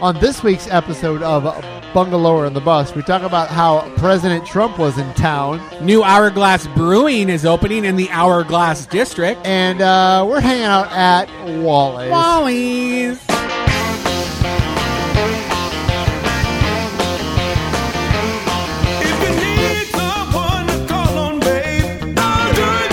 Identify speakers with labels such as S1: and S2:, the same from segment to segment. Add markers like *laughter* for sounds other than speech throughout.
S1: On this week's episode of Bungalower and the Bus, we talk about how President Trump was in town,
S2: New Hourglass Brewing is opening in the Hourglass District.
S1: and uh, we're hanging out at Wally's.
S2: Wally's.
S3: If you need someone to call on, babe, I'll do it.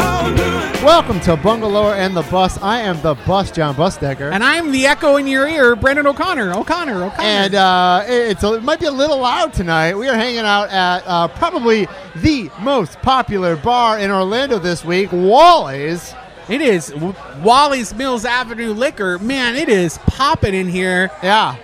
S3: I'll do it.
S1: Welcome to Bungalower and the Bus. I am the Bus, John Busdecker.
S2: And I'm the echo in your ear, Brendan O'Connor. O'Connor, O'Connor.
S1: And uh, it- it's a, it might be a little loud tonight. We are hanging out at uh, probably the most popular bar in Orlando this week, Wally's.
S2: it is W- Wally's Mills Avenue Liquor. Man, it is popping in here.
S1: Yeah,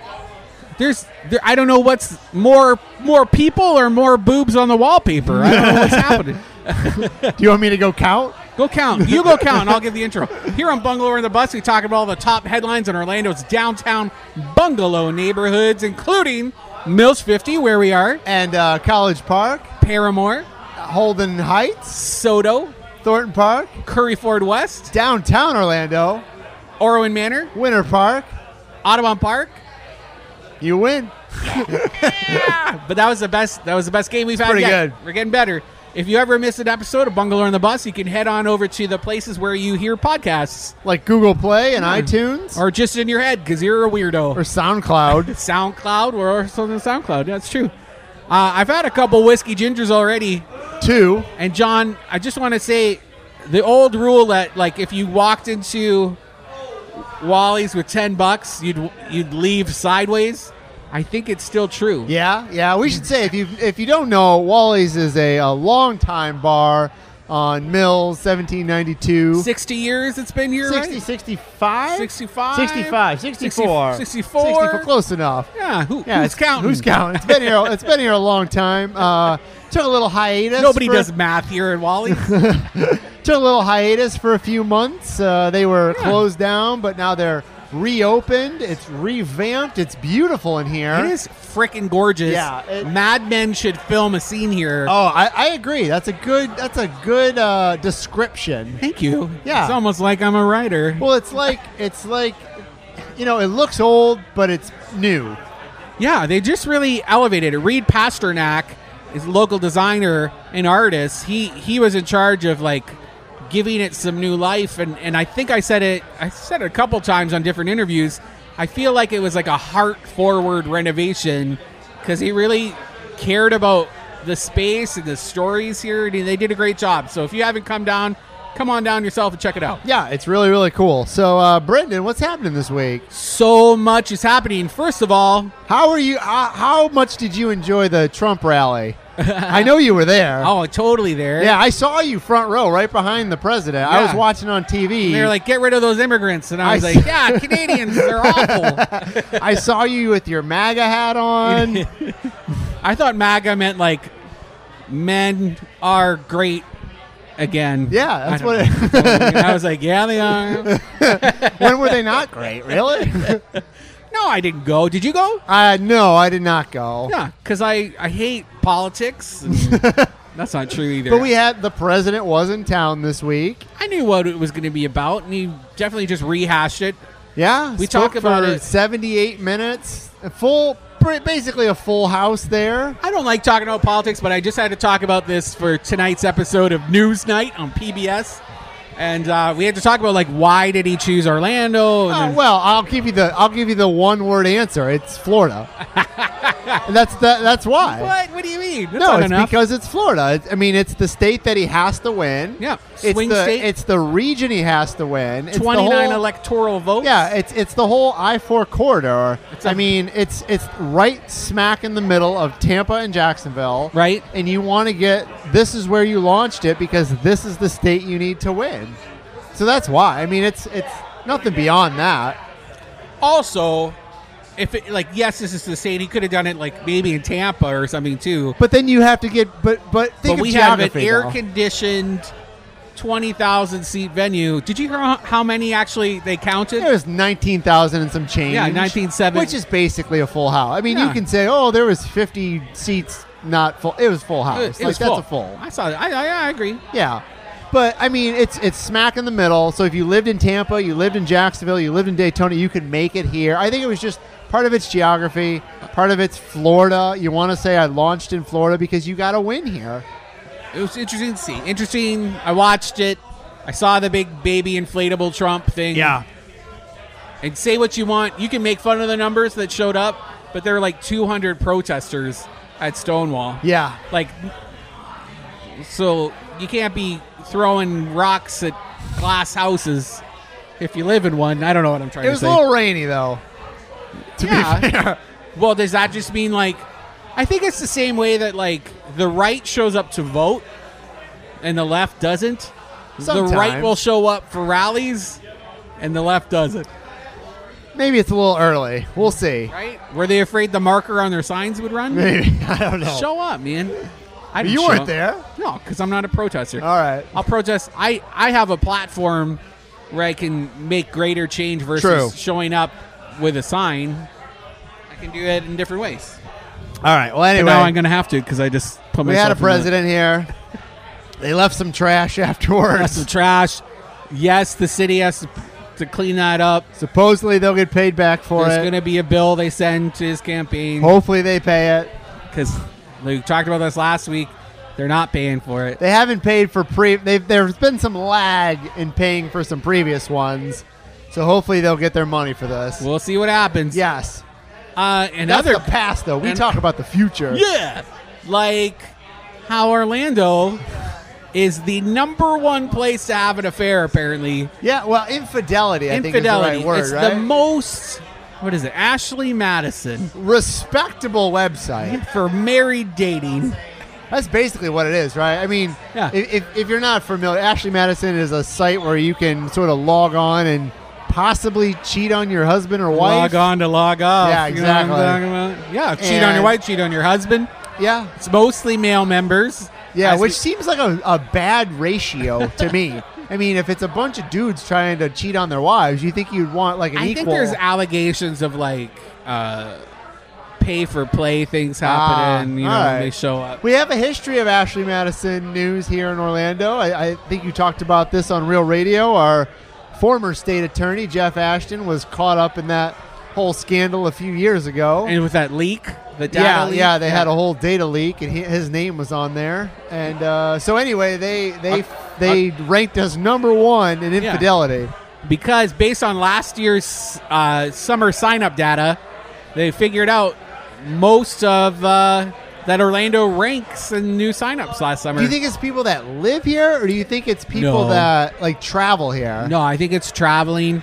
S2: There's, there, I don't know what's more, more people or more boobs on the wallpaper. I don't
S1: *laughs*
S2: know what's happening.
S1: Do you want me to go count?
S2: Go count. You go count. and I'll give the intro. Here on Bungalow in the Bus, we talk about all the top headlines in Orlando's downtown bungalow neighborhoods, including Mills 50, where we are,
S1: And uh, College Park,
S2: Paramore,
S1: Holden Heights,
S2: Soto,
S1: Thornton Park,
S2: Curryford West,
S1: downtown Orlando,
S2: Orwin Manor,
S1: Winter Park.
S2: Audubon Park.
S1: You win.
S2: Ah, But that was the best. That was the best game we've had.
S1: pretty
S2: yet.
S1: good.
S2: We're getting better. If you ever miss an episode of Bungalow in the Bus, you can head on over to the places where you hear podcasts,
S1: Like Google Play and iTunes or,
S2: or just in your head because you're a weirdo.
S1: SoundCloud.
S2: SoundCloud or also on SoundCloud. That's true. Uh, I've had a couple whiskey gingers already,
S1: Two.
S2: and John, I just want to say the old rule that like if you walked into Wally's with ten bucks, you'd you'd leave sideways. I think it's still true.
S1: Yeah, yeah. We should say if you if you don't know, Wally's is a, a long time bar on Mills, 1792.
S2: 60 years it's been here,
S1: 60,
S2: right?
S1: 65?
S2: 65?
S1: 65, 64.
S2: 64.
S1: 64, close enough.
S2: Yeah, who,
S1: Yeah,
S2: who's
S1: it's-
S2: counting?
S1: Who's counting? It's been here. It's been here a long time. Uh, took a little hiatus.
S2: Nobody
S1: for-
S2: does math here
S1: *laughs*
S2: at Wally.
S1: Took a little hiatus for a few months. Uh, they were closed down, but now they're reopened. It's revamped. It's beautiful in here.
S2: it is freaking gorgeous.
S1: Yeah, it-
S2: Mad Men should film a scene here.
S1: Oh, I, I agree. That's a good. That's a good uh, description.
S2: Thank you.
S1: Yeah.
S2: It's almost like I'm a writer.
S1: Well, it's like it's like, you know, it looks old, but it's new.
S2: yeah, they just really elevated it. Reed Pasternak is a local designer and artist. He he was in charge of like giving it some new life and and I think I said it I said it a couple times on different interviews. I feel like it was like a heart forward renovation cuz he really cared about the space and the stories here and they did a great job. So if you haven't come down, come on down yourself and check it out.
S1: Yeah, it's really really cool. So, uh, Brendan, what's happening this week?
S2: So much is happening. First of all,
S1: How are you? Uh, how much did you enjoy the Trump
S2: *laughs*
S1: rally? I know you were there.
S2: oh, totally there.
S1: Yeah, I saw you front row, right behind the president. I
S2: Yeah.
S1: was watching on TV.
S2: They were like, get rid of those immigrants. And I
S1: I
S2: was
S1: s-
S2: like, yeah, Canadians,
S1: *laughs*
S2: they're awful.
S1: I saw you with your MAGA hat
S2: *laughs*
S1: on.
S2: I thought MAGA meant like men are great again.
S1: Yeah, that's
S2: I
S1: what.
S2: don't know.
S1: It, *laughs*
S2: *laughs* I was like, yeah, they are.
S1: when were they not great?
S2: *laughs*
S1: Really?
S2: No, I didn't go. Did you go?
S1: Uh, no, I did not go.
S2: Yeah, because I, I hate
S1: *laughs*
S2: politics. and that's not true either.
S1: But we had the president was in town this week.
S2: I knew what it was going to be about, and he definitely just rehashed it.
S1: Yeah,
S2: We
S1: spoke
S2: talk about
S1: for
S2: it.
S1: Seventy-eight minutes, a full, pre- basically a full house there. Uh,
S2: I don't like talking about politics, but I just had to talk about this for tonight's episode of News Night on PBS. And uh, we had to talk about like why did he choose Orlando? And
S1: Uh,
S2: then-
S1: well, I'll give you the I'll give you the one-word answer. It's
S2: *laughs*
S1: Florida. And that's the, that's why.
S2: What? What do you mean? That's
S1: No,
S2: not
S1: it's
S2: enough.
S1: because it's Florida. It's- I mean, it's the state that he has to win.
S2: Yeah,
S1: it's
S2: swing
S1: the
S2: state.
S1: it's the region he has to win. It's the whole-
S2: 29 electoral votes.
S1: Yeah, it's it's the whole I four corridor.
S2: It's a-
S1: I mean, it's it's right smack in the middle of Tampa and Jacksonville.
S2: Right.
S1: And you want to get this is where you launched it because this is the state you need to win. So that's why. I mean, it's it's nothing beyond that.
S2: Also, if it, like yes, this is the state. He could have done it like maybe in Tampa or something too.
S1: But then you have to get. But but think of
S2: but we have an
S1: geography,
S2: air
S1: though.
S2: conditioned 20,000 seat venue. Did you hear how- how many actually they counted?
S1: There was nineteen thousand and some change.
S2: Yeah, 19,700.
S1: which is basically a full house. I mean,
S2: Yeah.
S1: you can say, oh, there was fifty seats not full. It was full house.
S2: It- it
S1: like
S2: was
S1: that's a full.
S2: I saw that. I, I, I agree.
S1: Yeah. But I mean, it's it's smack in the middle. So if you lived in Tampa, you lived in Jacksonville, you lived in Daytona, you could make it here. I think it was just part of its geography, part of its Florida. You want to say I launched in Florida because you got to win here.
S2: It was interesting to see. Interesting. I watched it. I saw the big baby inflatable Trump thing. And say what you want. You can make fun of the numbers that showed up, but there were like 200 protesters at Stonewall.
S1: yeah.
S2: Like, so you can't be throwing rocks at glass houses if you live in one. I don't know what I'm trying
S1: It
S2: to
S1: was
S2: say.
S1: a little rainy though. To be *laughs* fair,
S2: Well, does that just mean like? I think it's the same way that like the right shows up to vote, and the left doesn't. The right
S1: Sometimes.
S2: will show up for rallies, and the left doesn't.
S1: maybe it's a little early. We'll see.
S2: Right? Were they afraid the marker on their signs would
S1: *laughs*
S2: run?
S1: Maybe I don't know.
S2: Show up, man. I didn't
S1: you
S2: show
S1: weren't
S2: up.
S1: there. Oh.
S2: No, because I'm not a protester.
S1: All right.
S2: I'll protest. I I have a platform where I can make greater change versus
S1: True.
S2: showing up with a sign. I can do it in different ways.
S1: All right. Well, anyway,
S2: But now I'm going to have to because I just put
S1: we had
S2: myself.
S1: a
S2: in the-
S1: president here. They left some trash *laughs*
S2: That's *laughs* the
S1: afterwards.
S2: trash. Yes, the city has to, to clean that up.
S1: Supposedly they'll get paid back for
S2: There's
S1: it.
S2: going to be a bill they send to his campaign
S1: Hopefully they pay it.
S2: because we talked about this last week. They're not paying for it.
S1: They haven't paid for pre. They've, there's been some lag in paying for some previous ones, so hopefully they'll get their money for this.
S2: We'll see what happens.
S1: yes,
S2: Uh,
S1: that's
S2: another
S1: the past though. We
S2: and-
S1: talk about the future.
S2: *laughs* yeah, like how Orlando is the number one place to have an affair. Apparently,
S1: Yeah, Well, infidelity. I think is the
S2: infidelity.
S1: right word.
S2: it's
S1: right.
S2: the most. What is it? Ashley Madison
S1: respectable website.
S2: for married dating.
S1: That's basically what it is, right? I mean,
S2: Yeah.
S1: if, if, if you're not familiar, Ashley Madison is a site where you can sort of log on and possibly cheat on your husband or wife.
S2: Log on to log off.
S1: Yeah,
S2: You know what I'm
S1: exactly.
S2: talking about? Yeah, cheat on your
S1: And-
S2: wife, cheat on your husband.
S1: Yeah,
S2: It's mostly male members.
S1: yeah,
S2: As
S1: which
S2: we-
S1: seems like a, a bad ratio to me.
S2: *laughs*
S1: I mean, if it's a bunch of dudes trying to cheat on their wives, you think you'd want like an
S2: I
S1: equal?
S2: think there's allegations of like uh, pay for play things
S1: Ah,
S2: happening. you know,
S1: all
S2: when
S1: right.
S2: they show up.
S1: we have a history of Ashley Madison news here in Orlando. I, I think you talked about this on Real Radio. Our former state attorney Jeff Ashton was caught up in that whole scandal a few years ago.
S2: And with that leak, the data
S1: yeah,
S2: leak.
S1: yeah, they had a whole data leak, and he, his name was on there. And uh, so anyway, they they they ranked us number one in
S2: Uh, Yeah.
S1: infidelity.
S2: because based on last year's uh, summer sign-up data, they figured out most of uh, that Orlando ranks in new sign-ups last summer.
S1: Do you think it's people that live here, or do you think it's people
S2: No.
S1: that like travel here?
S2: No, I think it's traveling.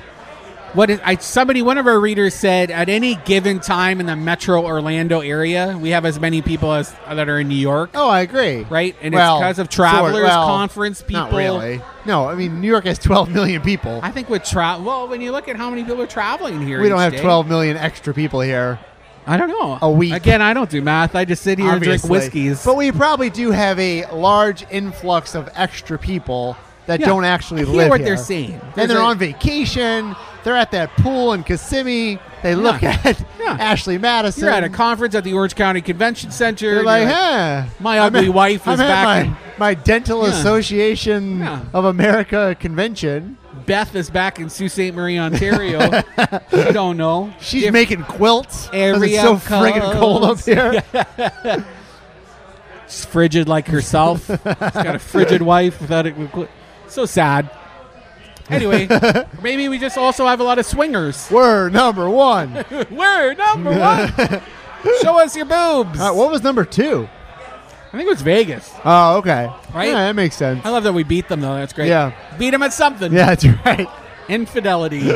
S2: What is, I somebody one of our readers said at any given time in the metro Orlando area, we have as many people as that are in New York,
S1: Oh, I agree.
S2: right? And
S1: Well,
S2: it's because of
S1: sort-
S2: travelers,
S1: well,
S2: conference people.
S1: Not really. No, I mean New York has 12 million people.
S2: I think with travel, well, when you look at how many people are traveling here,
S1: we don't
S2: each
S1: have
S2: day-
S1: 12 million extra people here.
S2: I don't know.
S1: a week.
S2: Again, I don't do math. I just sit here and drink
S1: obviously.
S2: whiskeys.
S1: but we probably do have a large influx of extra people that
S2: Yeah.
S1: don't actually
S2: I hear
S1: live
S2: what
S1: here.
S2: they're saying.
S1: and
S2: There's
S1: they're
S2: a-
S1: on vacation. They're at that pool in Kissimmee. They look *laughs*
S2: Yeah.
S1: at
S2: Yeah.
S1: Ashley Madison.
S2: You're at a conference at the Orange County Convention Center.
S1: They're
S2: and
S1: like,
S2: you're
S1: huh?
S2: my
S1: I'm
S2: ugly
S1: at-
S2: wife
S1: I'm
S2: is
S1: at
S2: back
S1: My,
S2: in-
S1: my dental
S2: Yeah.
S1: association
S2: Yeah.
S1: of America convention.
S2: Beth is back in Sault
S1: *laughs*
S2: Ste. Marie, Ontario. you don't know.
S1: She's
S2: If-
S1: making quilts. 'cause
S2: Area
S1: it's so friggin' cold up
S2: *laughs* codes.
S1: here.
S2: She's frigid like
S1: *laughs*
S2: herself. She's got a frigid wife without it. So sad. Anyway,
S1: *laughs*
S2: maybe we just also have a lot of swingers.
S1: We're number one. All
S2: We're *laughs* number one. Show us your boobs.
S1: right, Uh, what was number two?
S2: I think it was Vegas.
S1: Oh, okay.
S2: Right?
S1: Yeah, that makes sense.
S2: I love that we beat them though. That's great.
S1: Yeah.
S2: beat them at something.
S1: Yeah, that's right. *laughs*
S2: infidelity.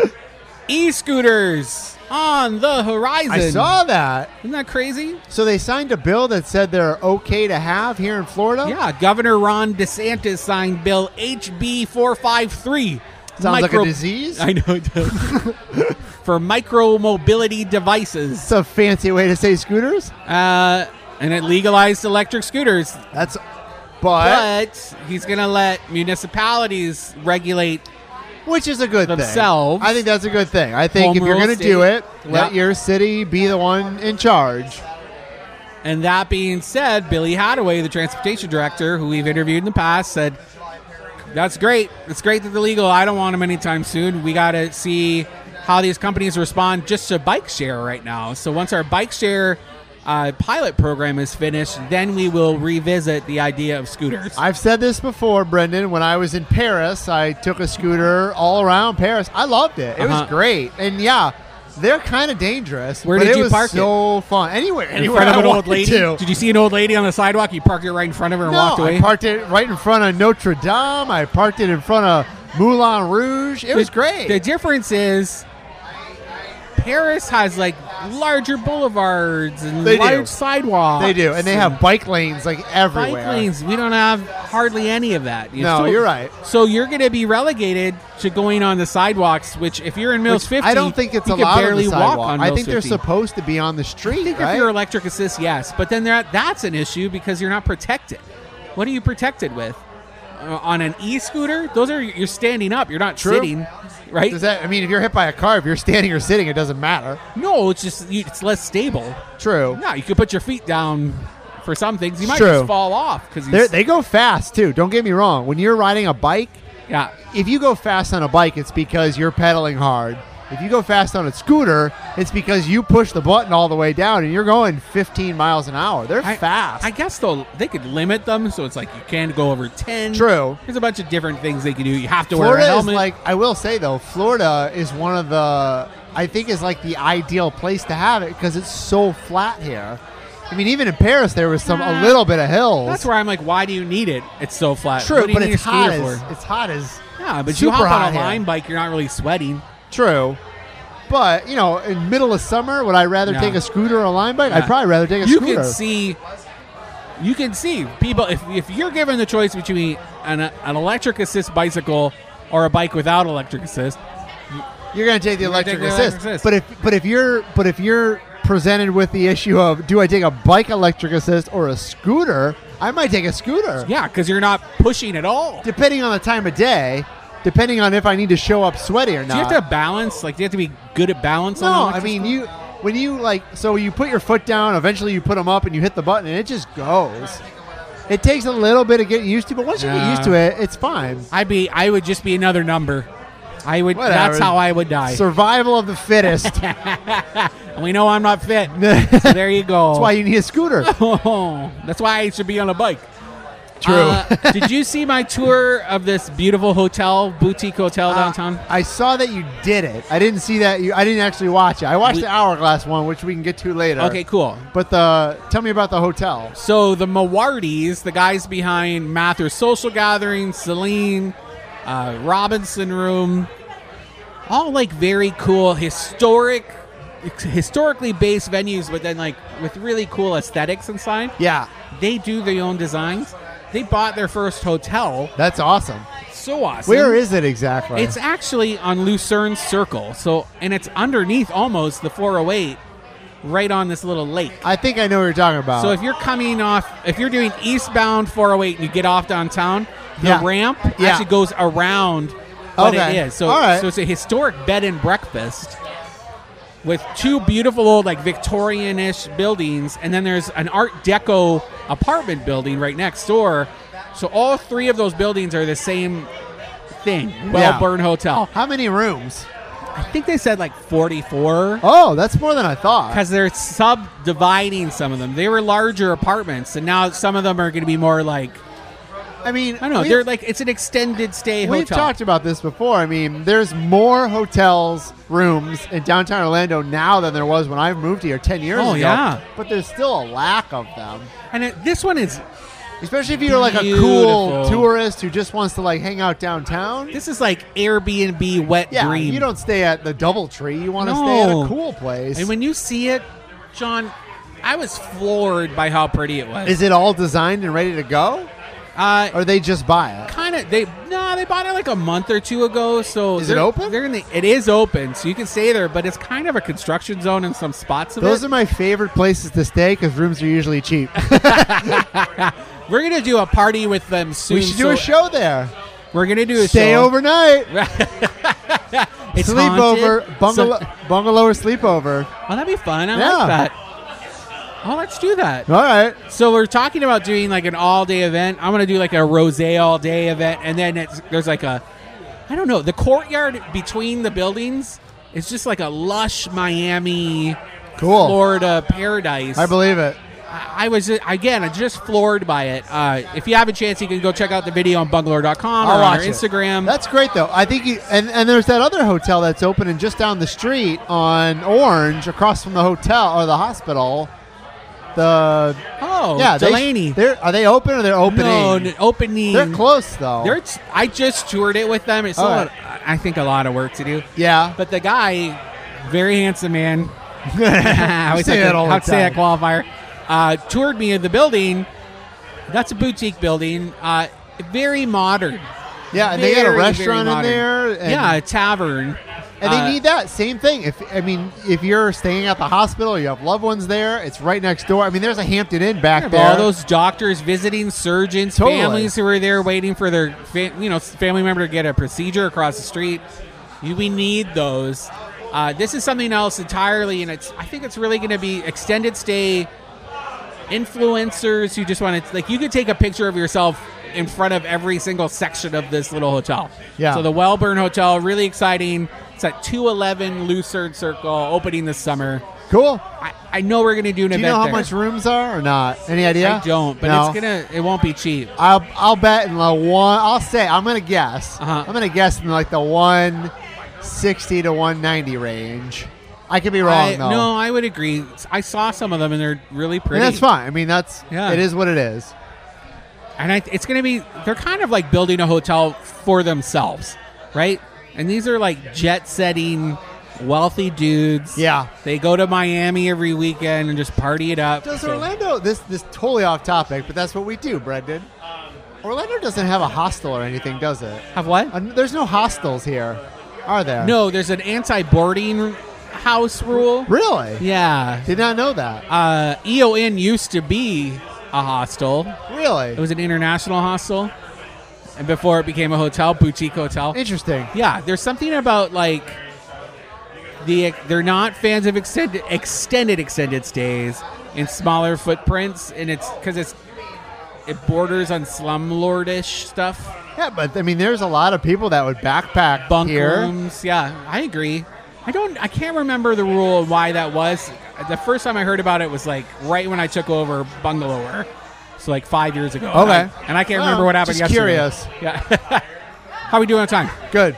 S2: E-scooters on the horizon.
S1: I saw that.
S2: Isn't that crazy?
S1: So they signed a bill that said they're okay to have here in Florida.
S2: Yeah, Governor Ron DeSantis signed Bill HB 453.
S1: Sounds like a
S2: Micro-
S1: disease.
S2: I know it does. *laughs* For micro mobility devices.
S1: It's a fancy way to say scooters.
S2: Uh, and it legalized electric scooters.
S1: That's, but,
S2: But he's going to let municipalities regulate.
S1: which is a good
S2: Themselves.
S1: thing. I think that's a good thing. I think
S2: Home
S1: if you're
S2: rule
S1: going to do
S2: state.
S1: it, let
S2: Yeah.
S1: your city be the one in charge.
S2: And that being said, Billy Hadaway, the transportation director, who we've interviewed in the past, said That's great. It's great that they're legal. I don't want them anytime soon. We got to see how these companies respond just to bike share right now. So once our bike share uh, pilot program is finished, then we will revisit the idea of scooters.
S1: I've said this before, Brendan. When I was in Paris, I took a scooter all around Paris. I loved it. It
S2: Uh-huh.
S1: was great. And yeah, they're kind of dangerous.
S2: Where
S1: but
S2: did
S1: it
S2: you
S1: was
S2: park it?
S1: so fun. Anywhere,
S2: in
S1: anywhere
S2: front of
S1: I
S2: an old
S1: wanted
S2: lady.
S1: to.
S2: Did you see an old lady on the sidewalk? You parked it right in front of her and
S1: no,
S2: walked away.
S1: I parked it right in front of Notre Dame. I parked it in front of Moulin Rouge. It was
S2: The-
S1: great.
S2: The difference is Paris has like larger boulevards and
S1: They do.
S2: large sidewalks.
S1: they do, and they have bike lanes like
S2: bike
S1: everywhere.
S2: lanes. We don't have hardly any of that. You
S1: No, you're right.
S2: So you're going to be relegated to going on the sidewalks, which if you're in Mills
S1: Which
S2: 50,
S1: I don't think it's
S2: you could
S1: allowed
S2: barely
S1: on the
S2: walk
S1: sidewalk.
S2: on
S1: I
S2: Mills
S1: think they're
S2: 50.
S1: supposed to be on the street.
S2: I think
S1: right?
S2: if you're electric assist, yes, but then that that's an issue because you're not protected. What are you protected with? Uh, on an e-scooter, those are you're standing up. You're not
S1: True.
S2: sitting, right?
S1: Does that? I mean, if you're hit by a car, if you're standing or sitting, it doesn't matter.
S2: no, it's just you, it's less stable.
S1: True.
S2: No, you could put your feet down for some things. You might
S1: True.
S2: just fall off because
S1: They're, they go fast too. Don't get me wrong. When you're riding a bike,
S2: yeah.
S1: if you go fast on a bike, it's because you're pedaling hard. If you go fast on a scooter, it's because you push the button all the way down and you're going 15 miles an hour. They're
S2: I-
S1: fast.
S2: I guess though they could limit them, so it's like you can't go over ten.
S1: True.
S2: There's a bunch of different things they can do. You have to wear a
S1: Florida is
S2: helmet.
S1: like I will say though, Florida is one of the I think is like the ideal place to have it because it's so flat here. I mean, even in Paris, there was some a little bit of hills.
S2: that's where I'm like, why do you need it? It's so flat. What
S1: true,
S2: do you
S1: but
S2: need
S1: it's
S2: a
S1: hot.
S2: scooter
S1: As,
S2: for?
S1: it's hot as
S2: Yeah, but you
S1: Super
S2: hop
S1: hot
S2: on a
S1: here.
S2: line bike, you're not really sweating.
S1: True. But, you know, in middle of summer, would I rather
S2: Yeah.
S1: take a scooter or a line bike?
S2: Yeah.
S1: I'd probably rather take a
S2: you
S1: scooter.
S2: can see, you can see people. If, if you're given the choice between an, an electric assist bicycle or a bike without electric assist,
S1: You're going to take the
S2: You're gonna
S1: electric
S2: take the
S1: assist.
S2: electric assist.
S1: But if but if you're but if you're presented with the issue of do I take a bike electric assist or a scooter? I might take a scooter.
S2: yeah, because you're not pushing at all.
S1: Depending on the time of day, depending on if I need to show up sweaty or
S2: Do you
S1: not.
S2: have to balance? Like, do you have to be good at balance?
S1: no,
S2: on an
S1: I
S2: electric
S1: mean
S2: scooter?
S1: you when you like so you put your foot down, eventually you put them up and you hit the button and it just goes. It takes a little bit of getting used to, but once you get
S2: Yeah.
S1: used to it, it's fine.
S2: I'd be. I would just be another number. I would.
S1: Whatever.
S2: That's how I would die.
S1: Survival of the
S2: *laughs*
S1: fittest. That's
S2: and we know I'm
S1: *laughs*
S2: not fit. so there you go.
S1: why you need a scooter.
S2: Oh, *laughs* that's why I should be on a bike.
S1: True.
S2: Uh, did you see my tour of this beautiful hotel, boutique hotel downtown?
S1: Uh, I saw that you did it. I didn't see that you. I didn't actually watch it. I watched
S2: We-
S1: the hourglass one, which we can get to later.
S2: okay, cool.
S1: But the tell me about the hotel.
S2: So the Mawardis, the guys behind Mather Social Gathering, Celine, uh, Robinson Room, all like very cool historic, historically based venues, but then like with really cool aesthetics inside.
S1: Yeah,
S2: They do their own designs. They bought their first hotel.
S1: that's awesome.
S2: So awesome.
S1: Where is it exactly?
S2: It's actually on Lucerne Circle. So, and it's underneath almost the 408, right on this little lake.
S1: I think I know what you're talking about.
S2: So if you're coming off, if you're doing eastbound 408 and you get off downtown, the
S1: Yeah.
S2: ramp
S1: Yeah.
S2: actually goes around what
S1: Okay.
S2: it is. So,
S1: All right.
S2: so it's a historic bed and breakfast with two beautiful old like Victorian-ish buildings, and then there's an Art Deco apartment building right next door. So all three of those buildings are the same thing. Wellburn Hotel.
S1: Oh, how many rooms?
S2: I think they said like 44
S1: Oh, that's more than I thought.
S2: because they're subdividing some of them. They were larger apartments, and now some of them are going to be more like
S1: I mean,
S2: I don't know.
S1: we-
S2: they're like it's an extended stay
S1: We've
S2: hotel.
S1: talked about this before. I mean, there's more hotels rooms in downtown Orlando now than there was when I moved here 10 years
S2: Oh,
S1: ago.
S2: yeah.
S1: But there's still a lack of them.
S2: and it, this one is
S1: Especially if you're like a
S2: Beautiful.
S1: cool tourist who just wants to like hang out downtown.
S2: this is like Airbnb wet
S1: Yeah,
S2: dream.
S1: you don't stay at the DoubleTree. You want to stay at
S2: No.
S1: a cool place.
S2: and when you see it, John, I was floored by how pretty it was.
S1: Is it all designed and ready to go,
S2: uh,
S1: or they just buy it?
S2: kind of they no they bought it like a month or two ago so
S1: Is it
S2: they're-
S1: open?
S2: they're in the, it is open so you can stay there but it's kind of a construction zone in some spots of
S1: Those
S2: it.
S1: are my favorite places to stay because rooms are usually
S2: *laughs*
S1: cheap.
S2: we're gonna do a party with them soon
S1: we should do a
S2: so
S1: show there.
S2: we're gonna do a
S1: Stay
S2: show.
S1: overnight,
S2: It's haunted.
S1: sleepover, bungalow,
S2: So-
S1: bungalow or sleepover.
S2: oh, that'd be fun. I
S1: Yeah.
S2: like that. Oh, let's do that.
S1: All right.
S2: So we're talking about doing like an all day event. I'm gonna do like a rose all day event, and then it's there's like a I don't know the courtyard between the buildings. It's just like a lush Miami,
S1: Cool.
S2: Florida paradise.
S1: I believe it.
S2: I I was again, I just floored by it. Uh, if you have a chance, you can go check out the video on bungalow.com or
S1: I'll
S2: on our
S1: watch it.
S2: Instagram.
S1: That's great though. I think you and, and there's that other hotel that's open and just down the street on Orange, across from the hotel or the hospital. The
S2: oh,
S1: yeah, they-
S2: Delaney.
S1: they're, are they open or they're opening?
S2: no, n- opening.
S1: they're close though.
S2: They're t- I just toured it with them. It's still,
S1: All
S2: a- I think, a lot of work to do.
S1: yeah,
S2: But the guy, very
S1: *laughs*
S2: handsome man. I always
S1: Say
S2: have to-
S1: that all the
S2: have to say that
S1: time.
S2: qualifier. Uh, toured me in the building. That's a boutique building. Uh, very modern.
S1: yeah, and they got a
S2: Very, very
S1: restaurant in
S2: modern.
S1: there. And,
S2: yeah, a tavern.
S1: and they
S2: Uh,
S1: need that same thing. If I mean, if you're staying at the hospital, you have loved ones there. It's right next door. I mean, there's a Hampton Inn back
S2: Of
S1: there.
S2: all those doctors, visiting surgeons,
S1: Totally.
S2: families who are there waiting for their fa- you know family member to get a procedure across the street. You, we need those. Uh, this is something else entirely, and it's I think it's really going to be extended stay influencers who just want to like you could take a picture of yourself in front of every single section of this little hotel.
S1: Yeah.
S2: So the Wellburn Hotel, really exciting. It's at 211 Lucerne Circle, opening this summer.
S1: cool.
S2: I, I know we're going to do an
S1: Do you
S2: event
S1: know how
S2: there.
S1: much rooms are or not? Any idea?
S2: I don't, but
S1: No.
S2: it's gonna. It won't be cheap.
S1: I'll I'll bet in the one. I'll say I'm gonna guess.
S2: Uh-huh.
S1: I'm gonna guess in like the one sixty to one ninety range. I could be wrong
S2: I,
S1: though.
S2: No, I would agree. I saw some of them and they're really pretty.
S1: and that's fine. I mean, that's
S2: Yeah.
S1: it is what it is.
S2: And I, it's gonna be. They're kind of like building a hotel for themselves, right? And these are like jet setting, wealthy dudes.
S1: Yeah.
S2: They go to Miami every weekend and just party it up.
S1: Does
S2: So-
S1: Orlando this this totally off topic, but that's what we do, Brendan. Orlando doesn't have a hostel or anything, does it?
S2: have what?
S1: And Uh, There's no hostels here, are there?
S2: No, there's an anti-boarding house rule.
S1: Really?
S2: Yeah.
S1: Did not know that.
S2: Uh, EON used to be a hostel.
S1: Really?
S2: It was an international hostel, and before it became a hotel, boutique hotel.
S1: interesting.
S2: Yeah, there's something about like the they're not fans of extended extended extended stays in smaller footprints, and it's because it's it borders on slumlordish stuff,
S1: Yeah, but I mean, there's a lot of people that would backpack
S2: bunk
S1: here.
S2: rooms. Yeah, I agree. I don't. I can't remember the rule and why that was. The first time I heard about it was like right when I took over bungalower, so like five years ago. And I-
S1: Okay.
S2: and I can't
S1: Well,
S2: remember what happened.
S1: just
S2: yesterday.
S1: curious.
S2: Yeah. *laughs* How we doing on time?
S1: Good.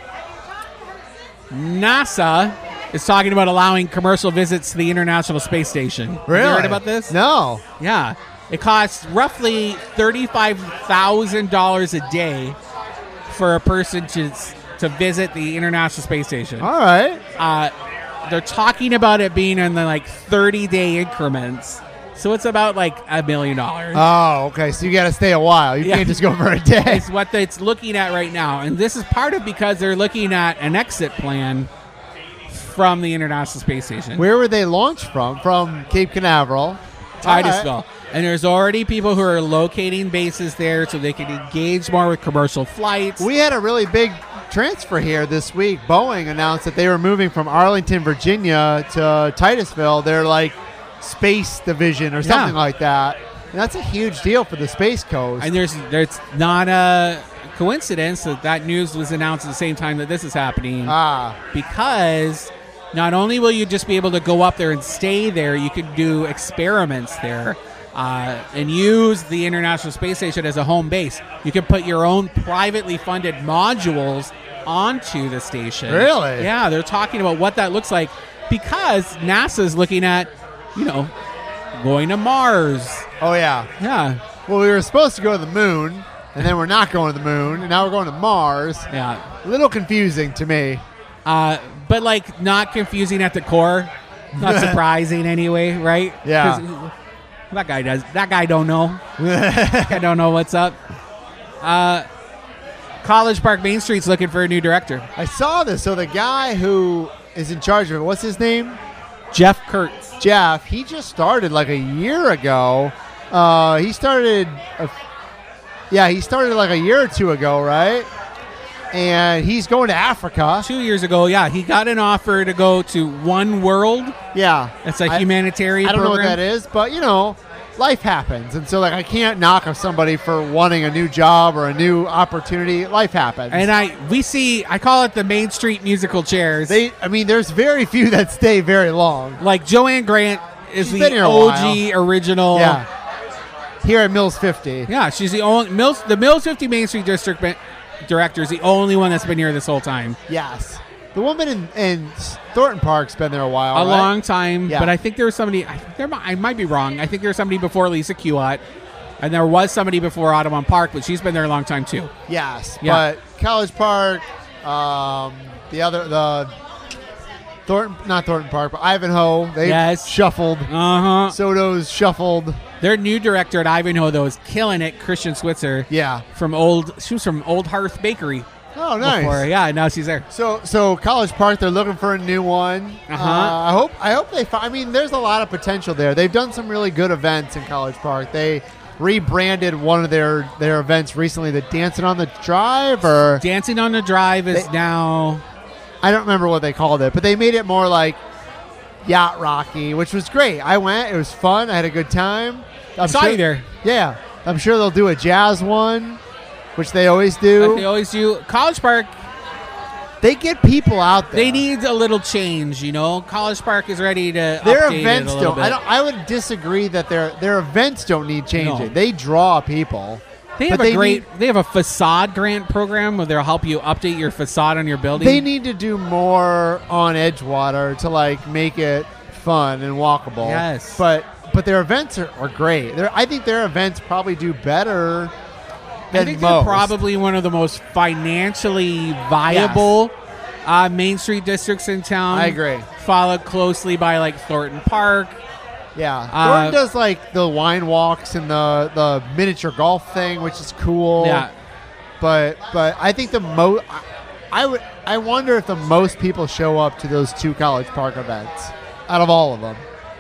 S2: NASA is talking about allowing commercial visits to the International Space Station. Have you
S1: Really?
S2: heard about this?
S1: No.
S2: Yeah. It costs roughly $35,000 a day for a person to to visit the International Space Station.
S1: All right.
S2: Uh, they're talking about it being in the like 30-day increments. So it's about like a million dollars.
S1: Oh, okay. So you got to stay a while. You
S2: Yeah.
S1: can't just go for a
S2: *laughs*
S1: day.
S2: is what it's looking at right now. And this is part of because they're looking at an exit plan from the International Space Station,
S1: Where were they launched from? From Cape Canaveral,
S2: Titusville. And there's already people who are locating bases there so they can engage more with commercial flights.
S1: We had a really big transfer here this week. Boeing announced that they were moving from Arlington, Virginia, to Titusville. They're like space division or something like that. And that's a huge deal for the space coast.
S2: and there's there's not a coincidence that that news was announced at the same time that this is happening
S1: ah,
S2: because not only will you just be able to go up there and stay there, you can do experiments there uh, and use the International Space Station as a home base. You can put your own privately funded modules onto the station.
S1: Really?
S2: Yeah, they're talking about what that looks like because NASA's looking at, you know, going to Mars.
S1: oh yeah.
S2: Yeah,
S1: Well, we were supposed to go to the moon, and then we're not going to the moon, and now we're going to Mars.
S2: yeah.
S1: A little confusing to me.
S2: Uh, but like not confusing at the core,
S1: *laughs*
S2: not surprising anyway, right?
S1: Yeah.
S2: 'Cause That guy does. That guy
S1: *laughs*
S2: don't know. I don't know what's up. Uh, College Park Main Street's looking for a new director.
S1: I saw this. So the guy who is in charge of it, what's his name?
S2: Jeff Kurtz.
S1: Jeff. He just started like a year ago. Uh, he started, a, yeah, he started like a year or two ago, right? and he's going to Africa.
S2: Two years ago, yeah, he got an offer to go to One World.
S1: Yeah,
S2: That's a
S1: I-
S2: humanitarian
S1: I don't know
S2: program.
S1: what that is, but you know, life happens, and so like I can't knock somebody for wanting a new job or a new opportunity. Life happens,
S2: And I we see I call it the Main Street musical chairs.
S1: they, I mean, there's very few that stay very long.
S2: like Joanne Grant is
S1: She's been
S2: the
S1: here a
S2: OG original.
S1: Yeah, here at Mills Fifty.
S2: Yeah, she's the only Mills the Mills 50 Main Street District ma- director is the only one that's been here this whole time.
S1: Yes, the woman in, in Thornton Park's been there a while.
S2: a
S1: right?
S2: long time,
S1: Yeah.
S2: but I think there was somebody. I think there, mi- I might be wrong. I think there was somebody before Lisa Kuat, and there was somebody before Audubon Park, but she's been there a long time too.
S1: Yes,
S2: Yeah.
S1: but College Park, um, the other the Thornton, not Thornton Park, but Ivanhoe. They
S2: Yes.
S1: shuffled. Uh-huh.
S2: Uh huh.
S1: Soto's shuffled.
S2: Their new director at Ivanhoe though is killing it. Christian Switzer
S1: Yeah.
S2: from old. She was from Old Hearth Bakery.
S1: Oh, nice.
S2: Before. Yeah, now she's there.
S1: So, so College Park, they're looking for a new one.
S2: Uh-huh.
S1: Uh, I hope, I hope they. Fi- I mean, there's a lot of potential there. They've done some really good events in College Park. They rebranded one of their their events recently, the Dancing on the Drive, or
S2: Dancing on the Drive is
S1: They-
S2: now.
S1: I don't remember what they called it, but they made it more like yacht rocky, which was great. I went; it was fun. I had a good time. I'm
S2: Saw you there.
S1: Yeah, I'm sure they'll do a jazz one, which they always do.
S2: Like they always do. College Park,
S1: they get people out there.
S2: they need a little change, you know? College Park is ready to.
S1: their
S2: update
S1: events
S2: it a little
S1: don't. I
S2: bit.
S1: don't. I would disagree that their their events don't need changing.
S2: No.
S1: They draw people.
S2: They
S1: but
S2: have a
S1: they
S2: great. they have a facade grant program where they'll help you update your facade on your building.
S1: They need to do more on Edgewater to like make it fun and walkable.
S2: Yes.
S1: but but their events are, are great. Their, I think their events probably do better than
S2: I think
S1: most.
S2: they're probably one of the most financially viable uh, Main Street districts in town.
S1: I agree.
S2: Followed closely by like Thornton Park.
S1: yeah.
S2: Uh,
S1: Thornton does like the wine walks and the the miniature golf thing, which is cool.
S2: Yeah.
S1: but but I think the most I, I would I wonder if the most people show up to those two College Park events out of all of them.